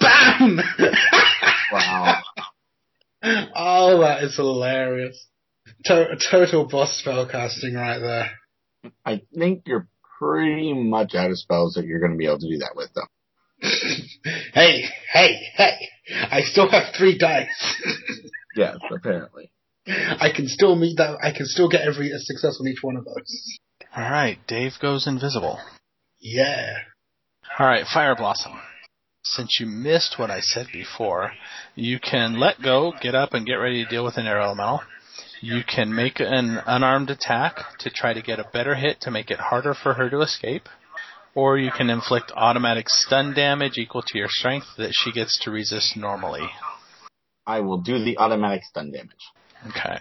Bam! Wow. Oh, that is hilarious. To- total boss spell casting right there. I think you're pretty much out of spells that you're going to be able to do that with, though. hey, hey, hey! I still have three dice. Yes, apparently. I can still meet that. I can still get every a success on each one of those. All right, Dave goes invisible. Yeah. All right, Fire Blossom. Since you missed what I said before, you can let go, get up, and get ready to deal with an air elemental. You can make an unarmed attack to try to get a better hit to make it harder for her to escape, or you can inflict automatic stun damage equal to your strength that she gets to resist normally. I will do the automatic stun damage, Okay.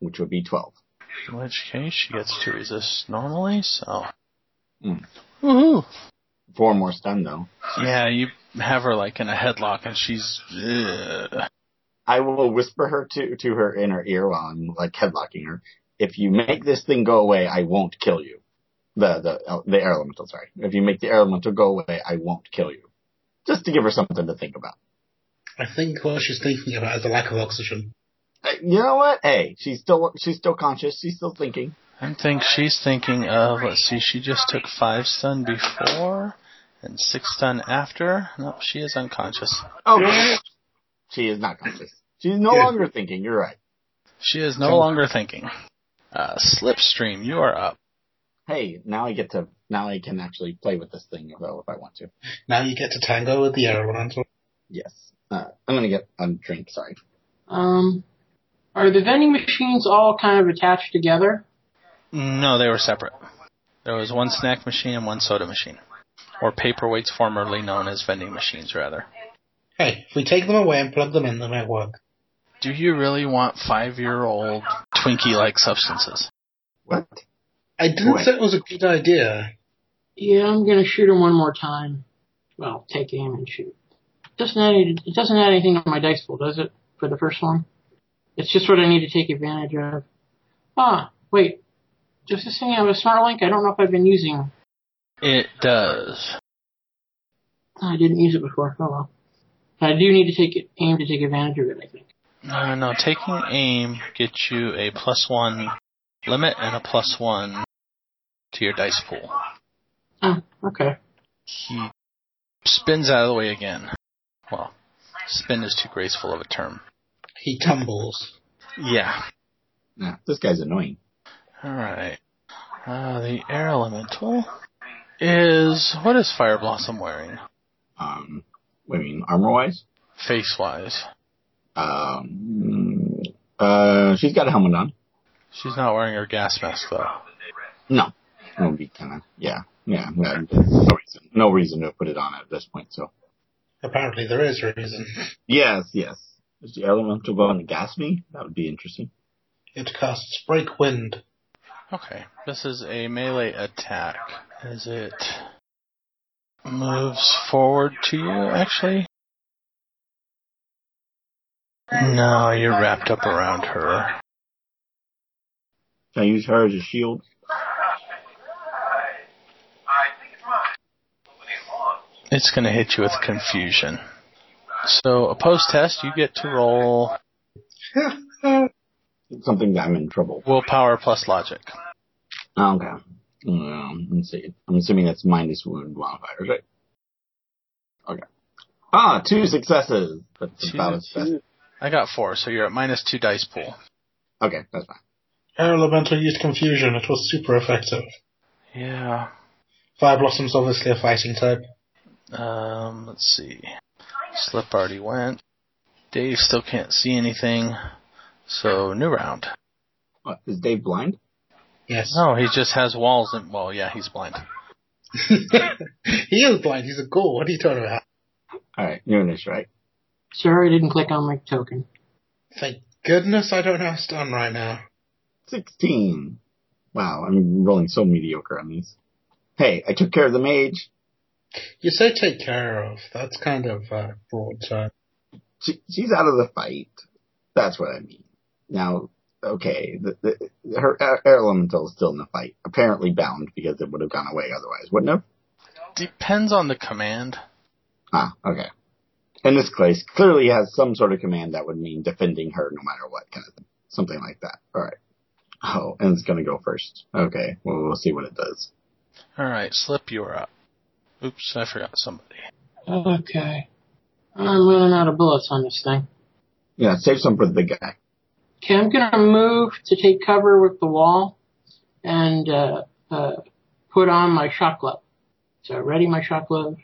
which would be 12. In which case, she gets to resist normally, so. Hmm. Mm. Woohoo! Four more stun, though. Yeah, you have her like in a headlock, and she's. Ugh. I will whisper her to, to her in her ear while I'm like headlocking her. If you make this thing go away, I won't kill you. The, uh, the, the air elemental, sorry. If you make the air elemental go away, I won't kill you. Just to give her something to think about. I think what she's thinking about is the lack of oxygen. Uh, You know what? Hey, she's still, she's still conscious. She's still thinking. I think she's thinking of, let's see, she just took five stun before and six stun after. Nope, she is unconscious. Oh, she is not conscious. She's no Good. longer thinking. You're right. She is no So- longer thinking. Uh, Slipstream, you are up. Hey, now I get to, now I can actually play with this thing though if I want to. Now you get to tango with the elemental. Yes. Uh, I'm gonna get a drink, sorry. Um, are the vending machines all kind of attached together? No, they were separate. There was one snack machine and one soda machine. Or paperweights formerly known as vending machines, rather. Hey, if we take them away and plug them in, they might work. Do you really want five year old Twinkie like substances? What? I didn't Boy. say it was a good idea. Yeah, I'm gonna shoot him one more time. Well, take aim and shoot. Doesn't add any, it doesn't add anything on my dice pool, does it? For the first one, it's just what I need to take advantage of. Ah, wait. Does this thing have a smart link? I don't know if I've been using. oh, It does. I didn't use it before. Oh well. I do need to take it, aim to take advantage of it. I think. No, no, no. Taking aim gets you a plus one limit and a plus one to your dice pool. Oh, okay. He spins out of the way again. Well, spin is too graceful of a term. He tumbles. Yeah. Nah, this guy's annoying. Alright. Uh, the air elemental is. What is Fire Blossom wearing? Um, I mean, armor wise. Face wise. Um, uh, she's got a helmet on. She's not wearing her gas mask, though. No, it would be kind of yeah, yeah. yeah, No reason, no reason to put it on at this point. So Apparently, there is a reason. yes, yes. Is the elemental going to gas me? That would be interesting. It casts break wind. Okay. This is a melee attack. As it moves forward to you, actually? No, you're wrapped up around her. Can I use her as a shield? It's going to hit you with confusion. So, opposed test, you get to roll It's something that I'm in trouble. Ah, willpower plus logic. Okay. Um, let's see. I'm assuming that's minus wound modifier, right? Okay. Ah, two successes. That's Two- about as best. I got four, so you're at minus two dice pool. Okay, that's fine. Air Elemental used confusion. It was super effective. Yeah. Fire Blossom's obviously a fighting type. Um, let's see. Slip already went. Dave still can't see anything. So, new round. What, is Dave blind? Yes. No, he just has walls and, well, yeah, he's blind. he is blind. He's a ghoul. What are you talking about? All right, you're in this, right? Sorry, I didn't click on my token. Thank goodness I don't have stun right now. 16. Wow, I'm rolling so mediocre on these. Hey, I took care of the mage. You say take care of. That's kind of uh, broad term. She, she's out of the fight. That's what I mean. Now, okay, the, the, her air air elemental is still in the fight. Apparently bound because it would have gone away otherwise, wouldn't it? Depends on the command. Ah, okay. in this case, clearly has some sort of command that would mean defending her no matter what kind of thing. Something like that. All right. Oh, and it's gonna go first. Okay. Well, we'll see what it does. All right, Slip, you're up. Oops, I forgot somebody. Okay. I'm running out of bullets on this thing. Yeah, save some for the big guy. Okay, I'm gonna move to take cover with the wall and uh, uh, put on my shock glove. So ready my shock glove,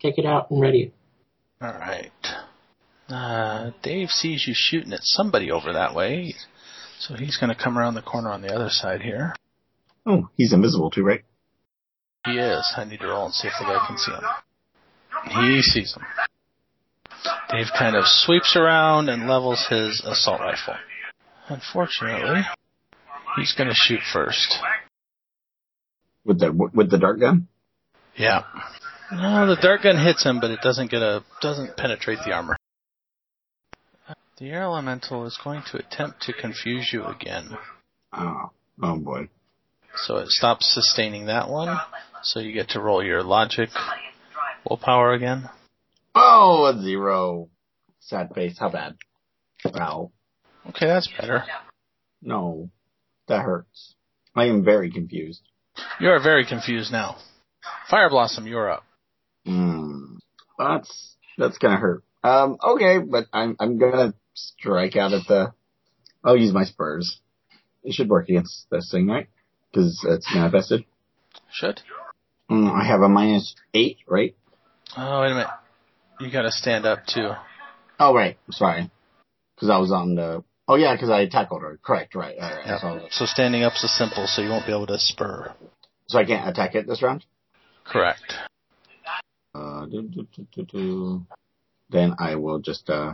take it out and ready it. All right. Uh, Dave sees you shooting at somebody over that way, so he's going to come around the corner on the other side here. Oh, he's invisible too, right? He is. I need to roll and see if the guy can see him. He sees him. Dave kind of sweeps around and levels his assault rifle. Unfortunately, he's going to shoot first. With the with the dart gun. Yeah. No, the dart gun hits him, but it doesn't get a doesn't penetrate the armor. The air elemental is going to attempt to confuse you again, Oh, oh boy. so it stops sustaining that one. So you get to roll your logic, willpower again. Oh, a zero. Sad face. How bad? Wow. Okay, that's better. No, that hurts. I am very confused. You are very confused now. Fire Blossom, you're up. Mm, that's that's gonna hurt. Um, okay, but I'm I'm gonna strike out at the. I'll use my spurs. It should work against this thing, right? Because it's manifested. Should. Mm, I have a minus eight, right? Oh wait a minute. You got to stand up too. Oh right, sorry. Because I was on the. Oh yeah, because I tackled her. Correct, right? All right. that's all. So standing up's a simple, so you won't be able to spur. So I can't attack it this round. Correct. Uh, do, do, do, do, do. Then I will just, uh,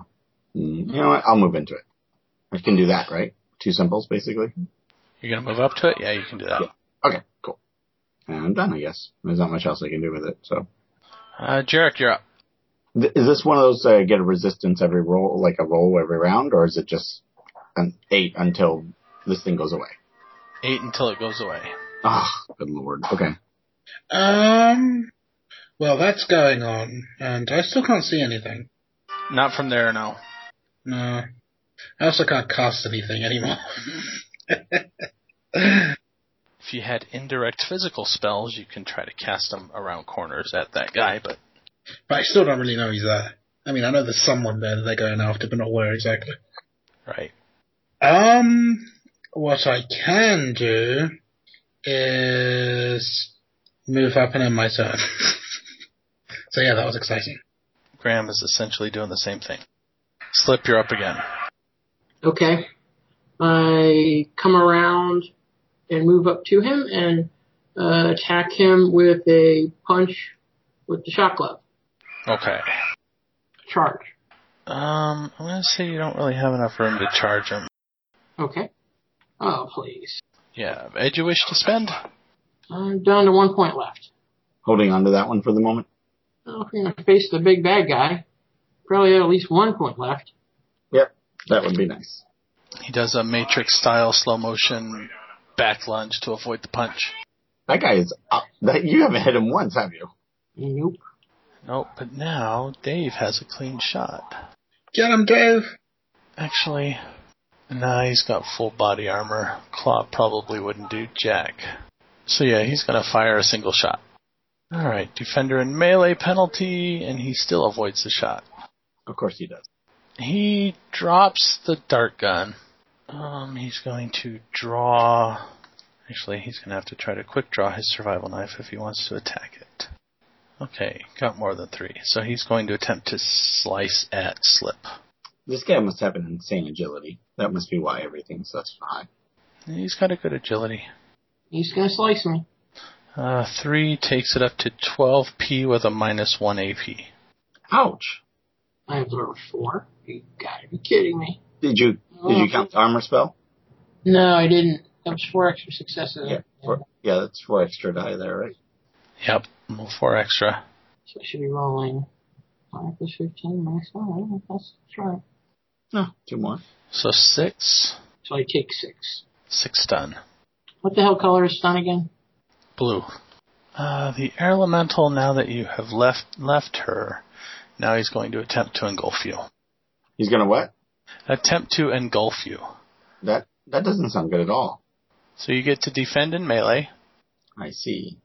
mm, you know what? I'll move into it. I can do that, right? Two symbols, basically. You're gonna move up to it. Yeah, you can do that. Okay, cool. And I'm done, I guess. There's not much else I can do with it. So, Uh, Jarek, you're up. Th- is this one of those uh, get a resistance every roll, like a roll every round, or is it just an eight until this thing goes away? Eight until it goes away. Ah, good lord. Okay. Um, well, that's going on, and I still can't see anything. Not from there, no. No. I also can't cast anything anymore. If you had indirect physical spells, you can try to cast them around corners at that guy, but but I still don't really know he's there. I mean, I know there's someone there that they're going after, but not where exactly. right. Um, what I can do is move up and end my turn. so yeah, that was exciting. Graham is essentially doing the same thing. Slip, you're up again. Okay. I come around and move up to him and uh, attack him with a punch with the shock glove. Okay. Charge. Um, I'm gonna say you don't really have enough room to charge him. Okay. Oh, please. Yeah. Edge you wish to spend? I'm down to one point left. Holding on to that one for the moment. Well, if you're going to face the big bad guy, probably have at least one point left. Yep. That would be nice. He does a matrix style slow motion back lunge to avoid the punch. That guy is up. That, you haven't hit him once, have you? Nope. Nope, but now Dave has a clean shot. Get him, Dave! Actually, nah, he's got full body armor. Claw probably wouldn't do jack. So yeah, he's gonna fire a single shot. Alright, defender and melee penalty, and he still avoids the shot. Of course he does. He drops the dart gun. Um, he's going to draw. Actually, he's going to have to try to quick draw his survival knife if he wants to attack it. Okay, got more than three. So he's going to attempt to slice at Slip. This guy must have an insane agility. That must be why everything's such high. He's got a good agility. He's going to slice me. Uh, three takes it up to 12p with a minus one AP. Ouch! I have level four. You gotta be kidding me. Did you did you count the armor spell? No, I didn't. That was four extra successes. Yeah, four, yeah, that's four extra die there, right? Yep, well, four extra. So I should be rolling five plus fifteen minus one. That's right. No, two more. So six, So I take six. six stun. What the hell color is stun again? Blue. Uh, the air elemental, now that you have left left her, Now he's going to attempt to engulf you. He's gonna what? Attempt to engulf you. That that doesn't sound good at all. So you get to defend in melee. I see.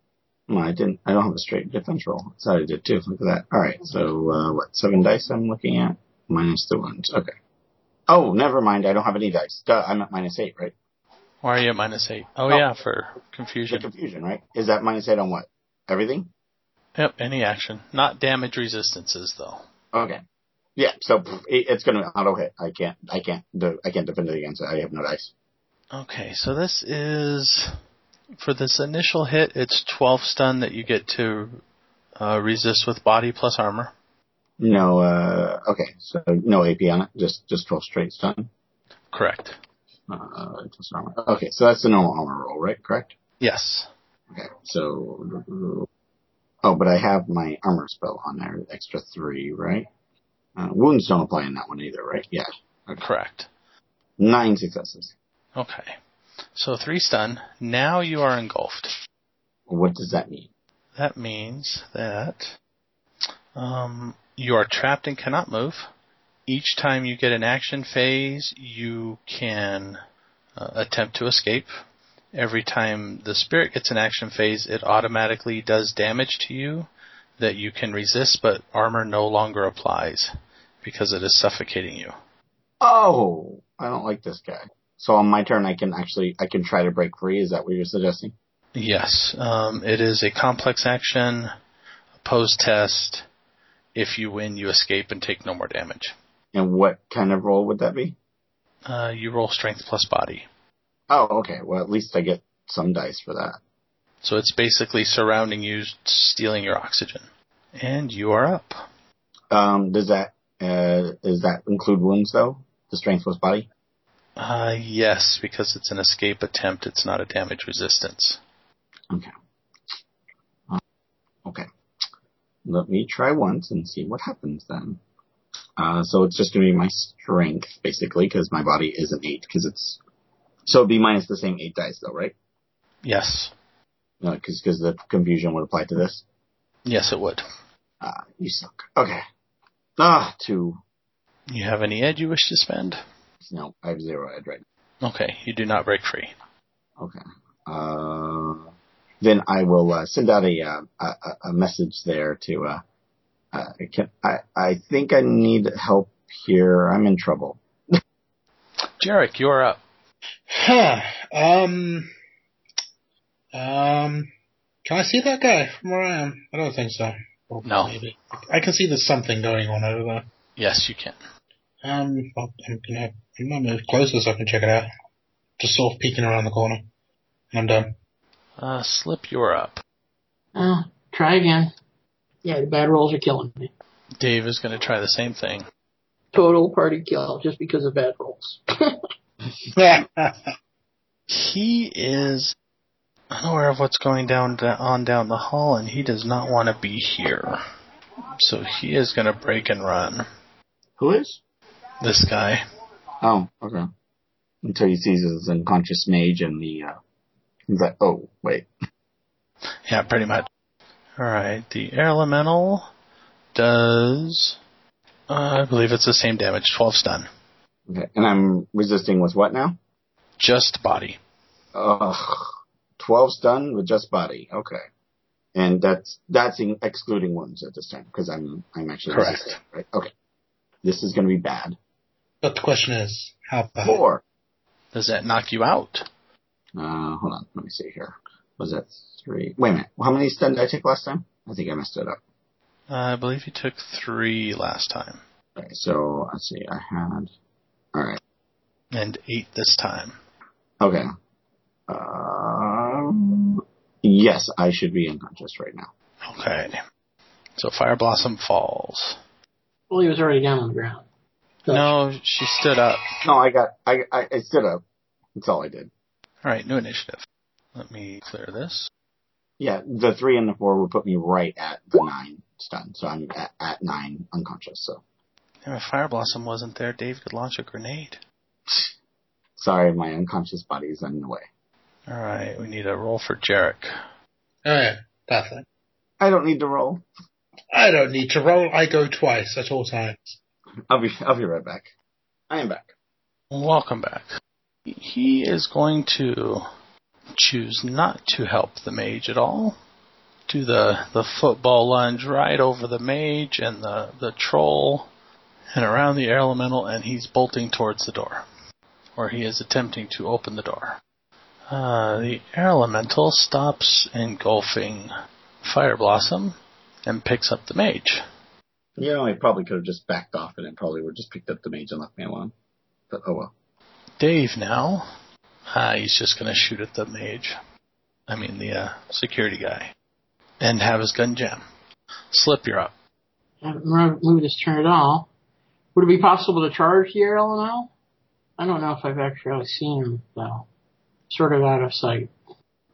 Well, I didn't. I don't have a straight defense roll. So I did too. Look at that. All right. So uh, what? Seven dice. I'm looking at minus the ones. Okay. Oh, never mind. I don't have any dice. Duh, I'm at minus eight, right? Why are you at minus eight? Oh, Oh. yeah, for The confusion. confusion, right? Is that minus eight on what? Everything? Yep, any action. Not damage resistances though. Okay. Yeah. So pff, it, it's gonna auto hit. I can't. I can't. Do, I can't defend it against it. I have no dice. Okay, so this is for this initial hit. It's twelve stun that you get to uh, resist with body plus armor. No. uh Okay. So no AP on it. Just just twelve straight stun. Correct. Uh, plus armor. Okay. So that's the normal armor roll, right? Correct. Yes. Okay, so. Oh, but I have my armor spell on there, extra three, right? Uh, wounds don't apply in that one either, right? Yeah. Correct. Nine successes. Okay. So three stun. Now you are engulfed. What does that mean? That means that um, you are trapped and cannot move. Each time you get an action phase, you can uh, attempt to escape. Every time the spirit gets an action phase, it automatically does damage to you that you can resist, but armor no longer applies because it is suffocating you. Oh, I don't like this guy. So on my turn, I can actually, I can try to break free. Is that what you're suggesting? Yes, um, it is a complex action, opposed test. If you win, you escape and take no more damage. And what kind of roll would that be? Uh, you roll strength plus body. Oh, okay. Well, at least I get some dice for that. So it's basically surrounding you, stealing your oxygen. And you are up. Um, does that, uh, does that include wounds though? The strength plus body? Uh, yes, because it's an escape attempt, it's not a damage resistance. Okay. Let me try once and see what happens then. Uh, so it's just going to be my strength, basically, because my body is an 8, because it's... So it'd be minus the same 8 dice, though, right? Yes. No, because the confusion would apply to this. Yes, it would. Ah, you suck. Okay. Ah, 2. You have any ed you wish to spend? No, I have 0 I'd right Okay, you do not break free. Okay. Uh, then I will uh, send out a, uh, a a- a message there to. Uh, uh, can, I I think I need help here. I'm in trouble. Jarek, you are up. Huh. Um. Um. Can I see that guy from where I am? I don't think so. Or No. Maybe. I can see there's something going on over there. Yes, you can. Um, well, I'm gonna, I'm gonna move closer so I can check it out. Just sort of peeking around the corner. And um, I'm done. Uh, Slip, you are up. Uh, try again. Yeah, the bad rolls are killing me. Dave is going to try the same thing. Total party kill just because of bad rolls. he is unaware of what's going down da- on down the hall, and he does not want to be here. So he is going to break and run. Who is? This guy. Oh, okay. Until he sees his unconscious mage and the. Uh, he's like, oh wait. Yeah, pretty much. All right, the air elemental does. Uh, I believe it's the same damage, 12 stun. Okay. And I'm resisting with what now? Just body. Ugh. Twelve stun with just body. Okay. And that's that's in, excluding wounds at this time because I'm I'm actually Correct. resisting, right? Okay. This is going to be bad. but the question is, how bad? Four. Does that knock you out? Uh, hold on. Let me see here. Was that three? Wait a minute. How many stun did I take last time? I think I messed it up. I believe you took three last time, Okay. So let's see. I had. All right. and eight this time. Okay. Um, yes, I should be unconscious right now. Okay. So Fire Blossom falls. well, he was already down on the ground. So- No, she stood up. No, I got. I I, I stood up. That's all I did. All right, new initiative. Let me clear this. Yeah, the three and the four would put me right at the nine stun, so I'm at, at nine unconscious. So Damn, If Fire Blossom wasn't there, Dave could launch a grenade. sorry, my unconscious body is in the way. All right, we need a roll for Jarek. Oh yeah, that thing. I don't need to roll. I don't need to roll. I go twice at all times. I'll be I'll be right back. I am back. Welcome back. He is going to choose not to help the mage at all. Do the, the football lunge right over the mage and the, the troll and around the air elemental, and he's bolting towards the door. Or he is attempting to open the door. Uh, the air elemental stops engulfing Fire Blossom and picks up the mage. You know, I probably could have just backed off and it probably would have just picked up the mage and left me alone. But oh well. Dave now. Uh, he's just going to shoot at the mage. I mean, the uh, security guy. And have his gun jam. Slip, you're up. I haven't mo- moved this turn at all. Would it be possible to charge the air elemental? I don't know if I've actually seen him though. Sort of out of sight.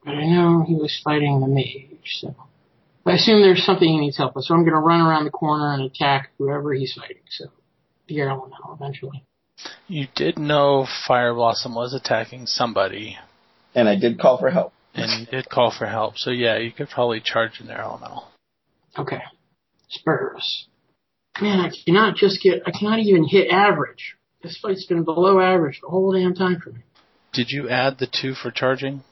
But I know he was fighting the mage, so I assume there's something he needs help with. So I'm gonna run around the corner and attack whoever he's fighting. So the air elemental eventually. You did know Fire Blossom was attacking somebody, And I did call for help. and you did call for help. So yeah, you could probably charge an air elemental. Okay. Spurs. Man, I cannot just get. I cannot even hit average. This fight's been below average the whole damn time for me. Did you add the two for charging?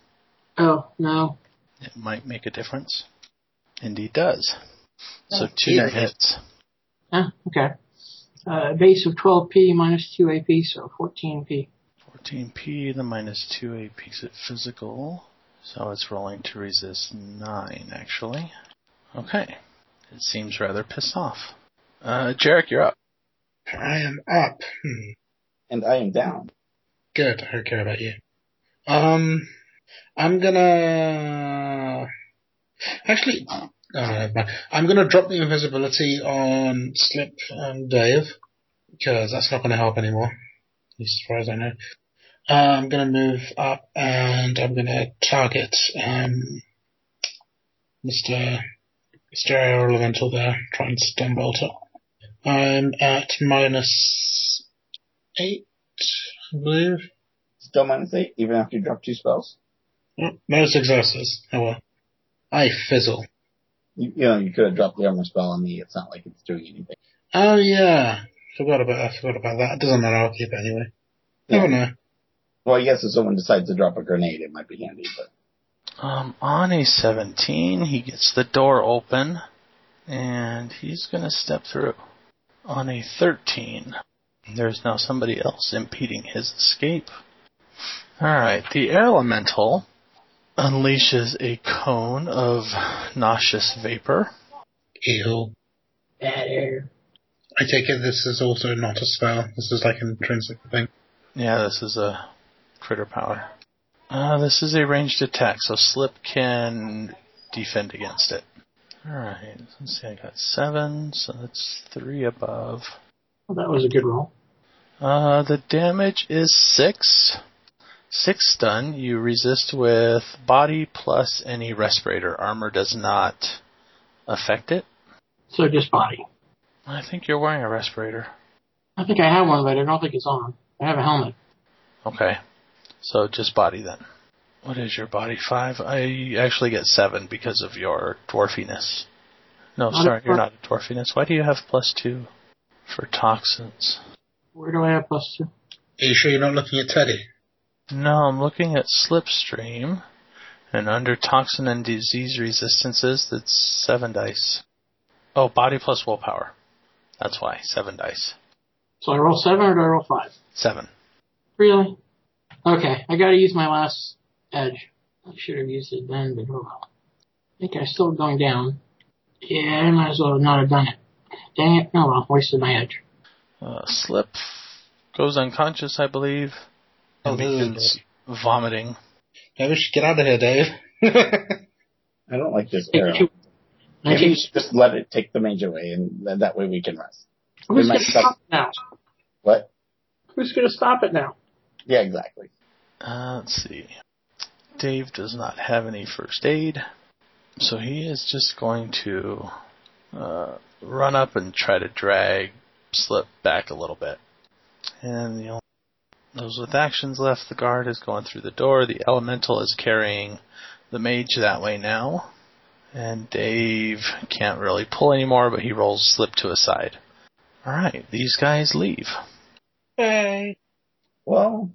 Oh no, It might make a difference. Indeed does. So Oh, two dear. hits. Oh, okay. Uh, base of 12p minus 2 AP, so 14p. 14p, the minus 2 AP is at physical. So it's rolling to resist 9, actually. Okay. It seems rather pissed off. Uh, Jarek, you're up. I am up. Hmm. And I am down. Good. I don't care about you. Um, I'm gonna actually. Oh, never mind. I'm gonna drop the invisibility on Slip and Dave because that's not gonna help anymore. At least as far as I know. Uh, I'm gonna move up and I'm gonna target um, Mr. Mr. Air Elemental there. Try and stun bolt it. I'm at minus eight, I believe. Still minus eight, even after you drop two spells. Mm, No successes. Oh well. I fizzle. You, you know, you could have dropped the armor spell on me. It's not like it's doing anything. Oh yeah. Forgot about I forgot about that. It doesn't matter, I'll keep it anyway. Oh no. Well, I guess if someone decides to drop a grenade, it might be handy, but Um, on a 17, he gets the door open, and he's gonna step through. On a 13, there's now somebody else impeding his escape. Alright, the air elemental unleashes a cone of nauseous vapor. Ew. Bad air. I take it this is also not a spell. This is like an intrinsic thing. Yeah, this is a critter power. Uh, this is a ranged attack, so Slip can defend against it. Alright, let's see, I got seven, so that's three above. Well, that was a good roll. Uh, the damage is six. Six stun, you resist with body plus any respirator. Armor does not affect it. So just body. I think you're wearing a respirator. I think I have one, but I don't think it's on. I have a helmet. Okay. So just body then. What is your body? Five? I actually get seven because of your dwarfiness. No, Not a sorry, you're dwarf. not a dwarfiness. Why do you have plus two for toxins? Where do I have plus two? Are you sure you're not looking at Teddy? No, I'm looking at Slipstream, and under toxin and disease resistances, that's seven dice. Oh, body plus willpower. That's why seven dice. So I roll seven or do I roll five? Seven. Really? Okay, I gotta use my last edge. I should have used it then, but oh well. I think I'm still going down. Yeah, I might as well not have done it. Dang it, no well, wasted my edge. Uh, slip goes unconscious, I believe, Oh, and begins vomiting. Maybe we should get out of here, Dave. I don't like this I arrow. keep- I Maybe you keep- should just let it take the mage away, and th- that way we can rest. Who's might gonna stop. stop it now? What? Who's gonna stop it now? Yeah, exactly. Uh, let's see. Dave does not have any first aid, so he is just going to uh, run up and try to drag Slip back a little bit. And the only those with actions left, the guard is going through the door. The elemental is carrying the mage that way now, And Dave can't really pull anymore, but he rolls slip to his side. All right, these guys leave. Hey. Well,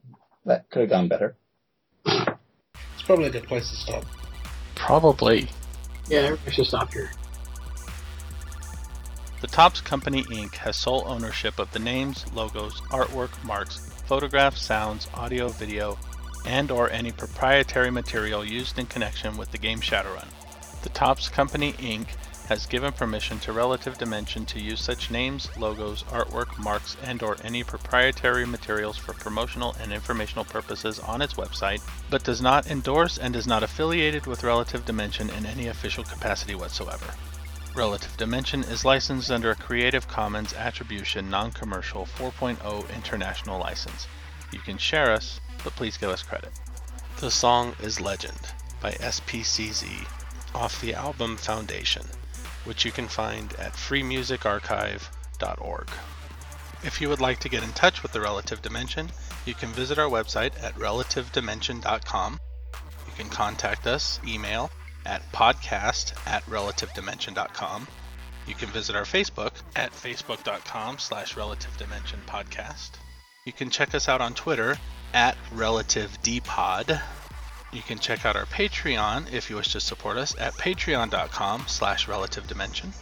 that could have gone better. It's probably a good place to stop. Probably. Yeah, everybody should stop here. The Topps Company Inc. has sole ownership of the names, logos, artwork, marks, photographs, sounds, audio, video, and or any proprietary material used in connection with the game Shadowrun. The Topps Company Inc. has given permission to Relative Dimension to use such names, logos, artwork, marks, and or any proprietary materials for promotional and informational purposes on its website, but does not endorse and is not affiliated with Relative Dimension in any official capacity whatsoever. Relative Dimension is licensed under a Creative Commons Attribution Non Commercial 4.0 International License. You can share us, but please give us credit. The song is Legend by SPCZ off the album Foundation, which you can find at freemusicarchive.org. If you would like to get in touch with the Relative Dimension, you can visit our website at relativedimension.com. You can contact us, email, at podcast at relativedimension.com. You can visit our Facebook at facebook.com slash relativedimensionpodcast. You can check us out on Twitter at relativedpod. You can check out our Patreon if you wish to support us at patreon.com slash relativedimmension.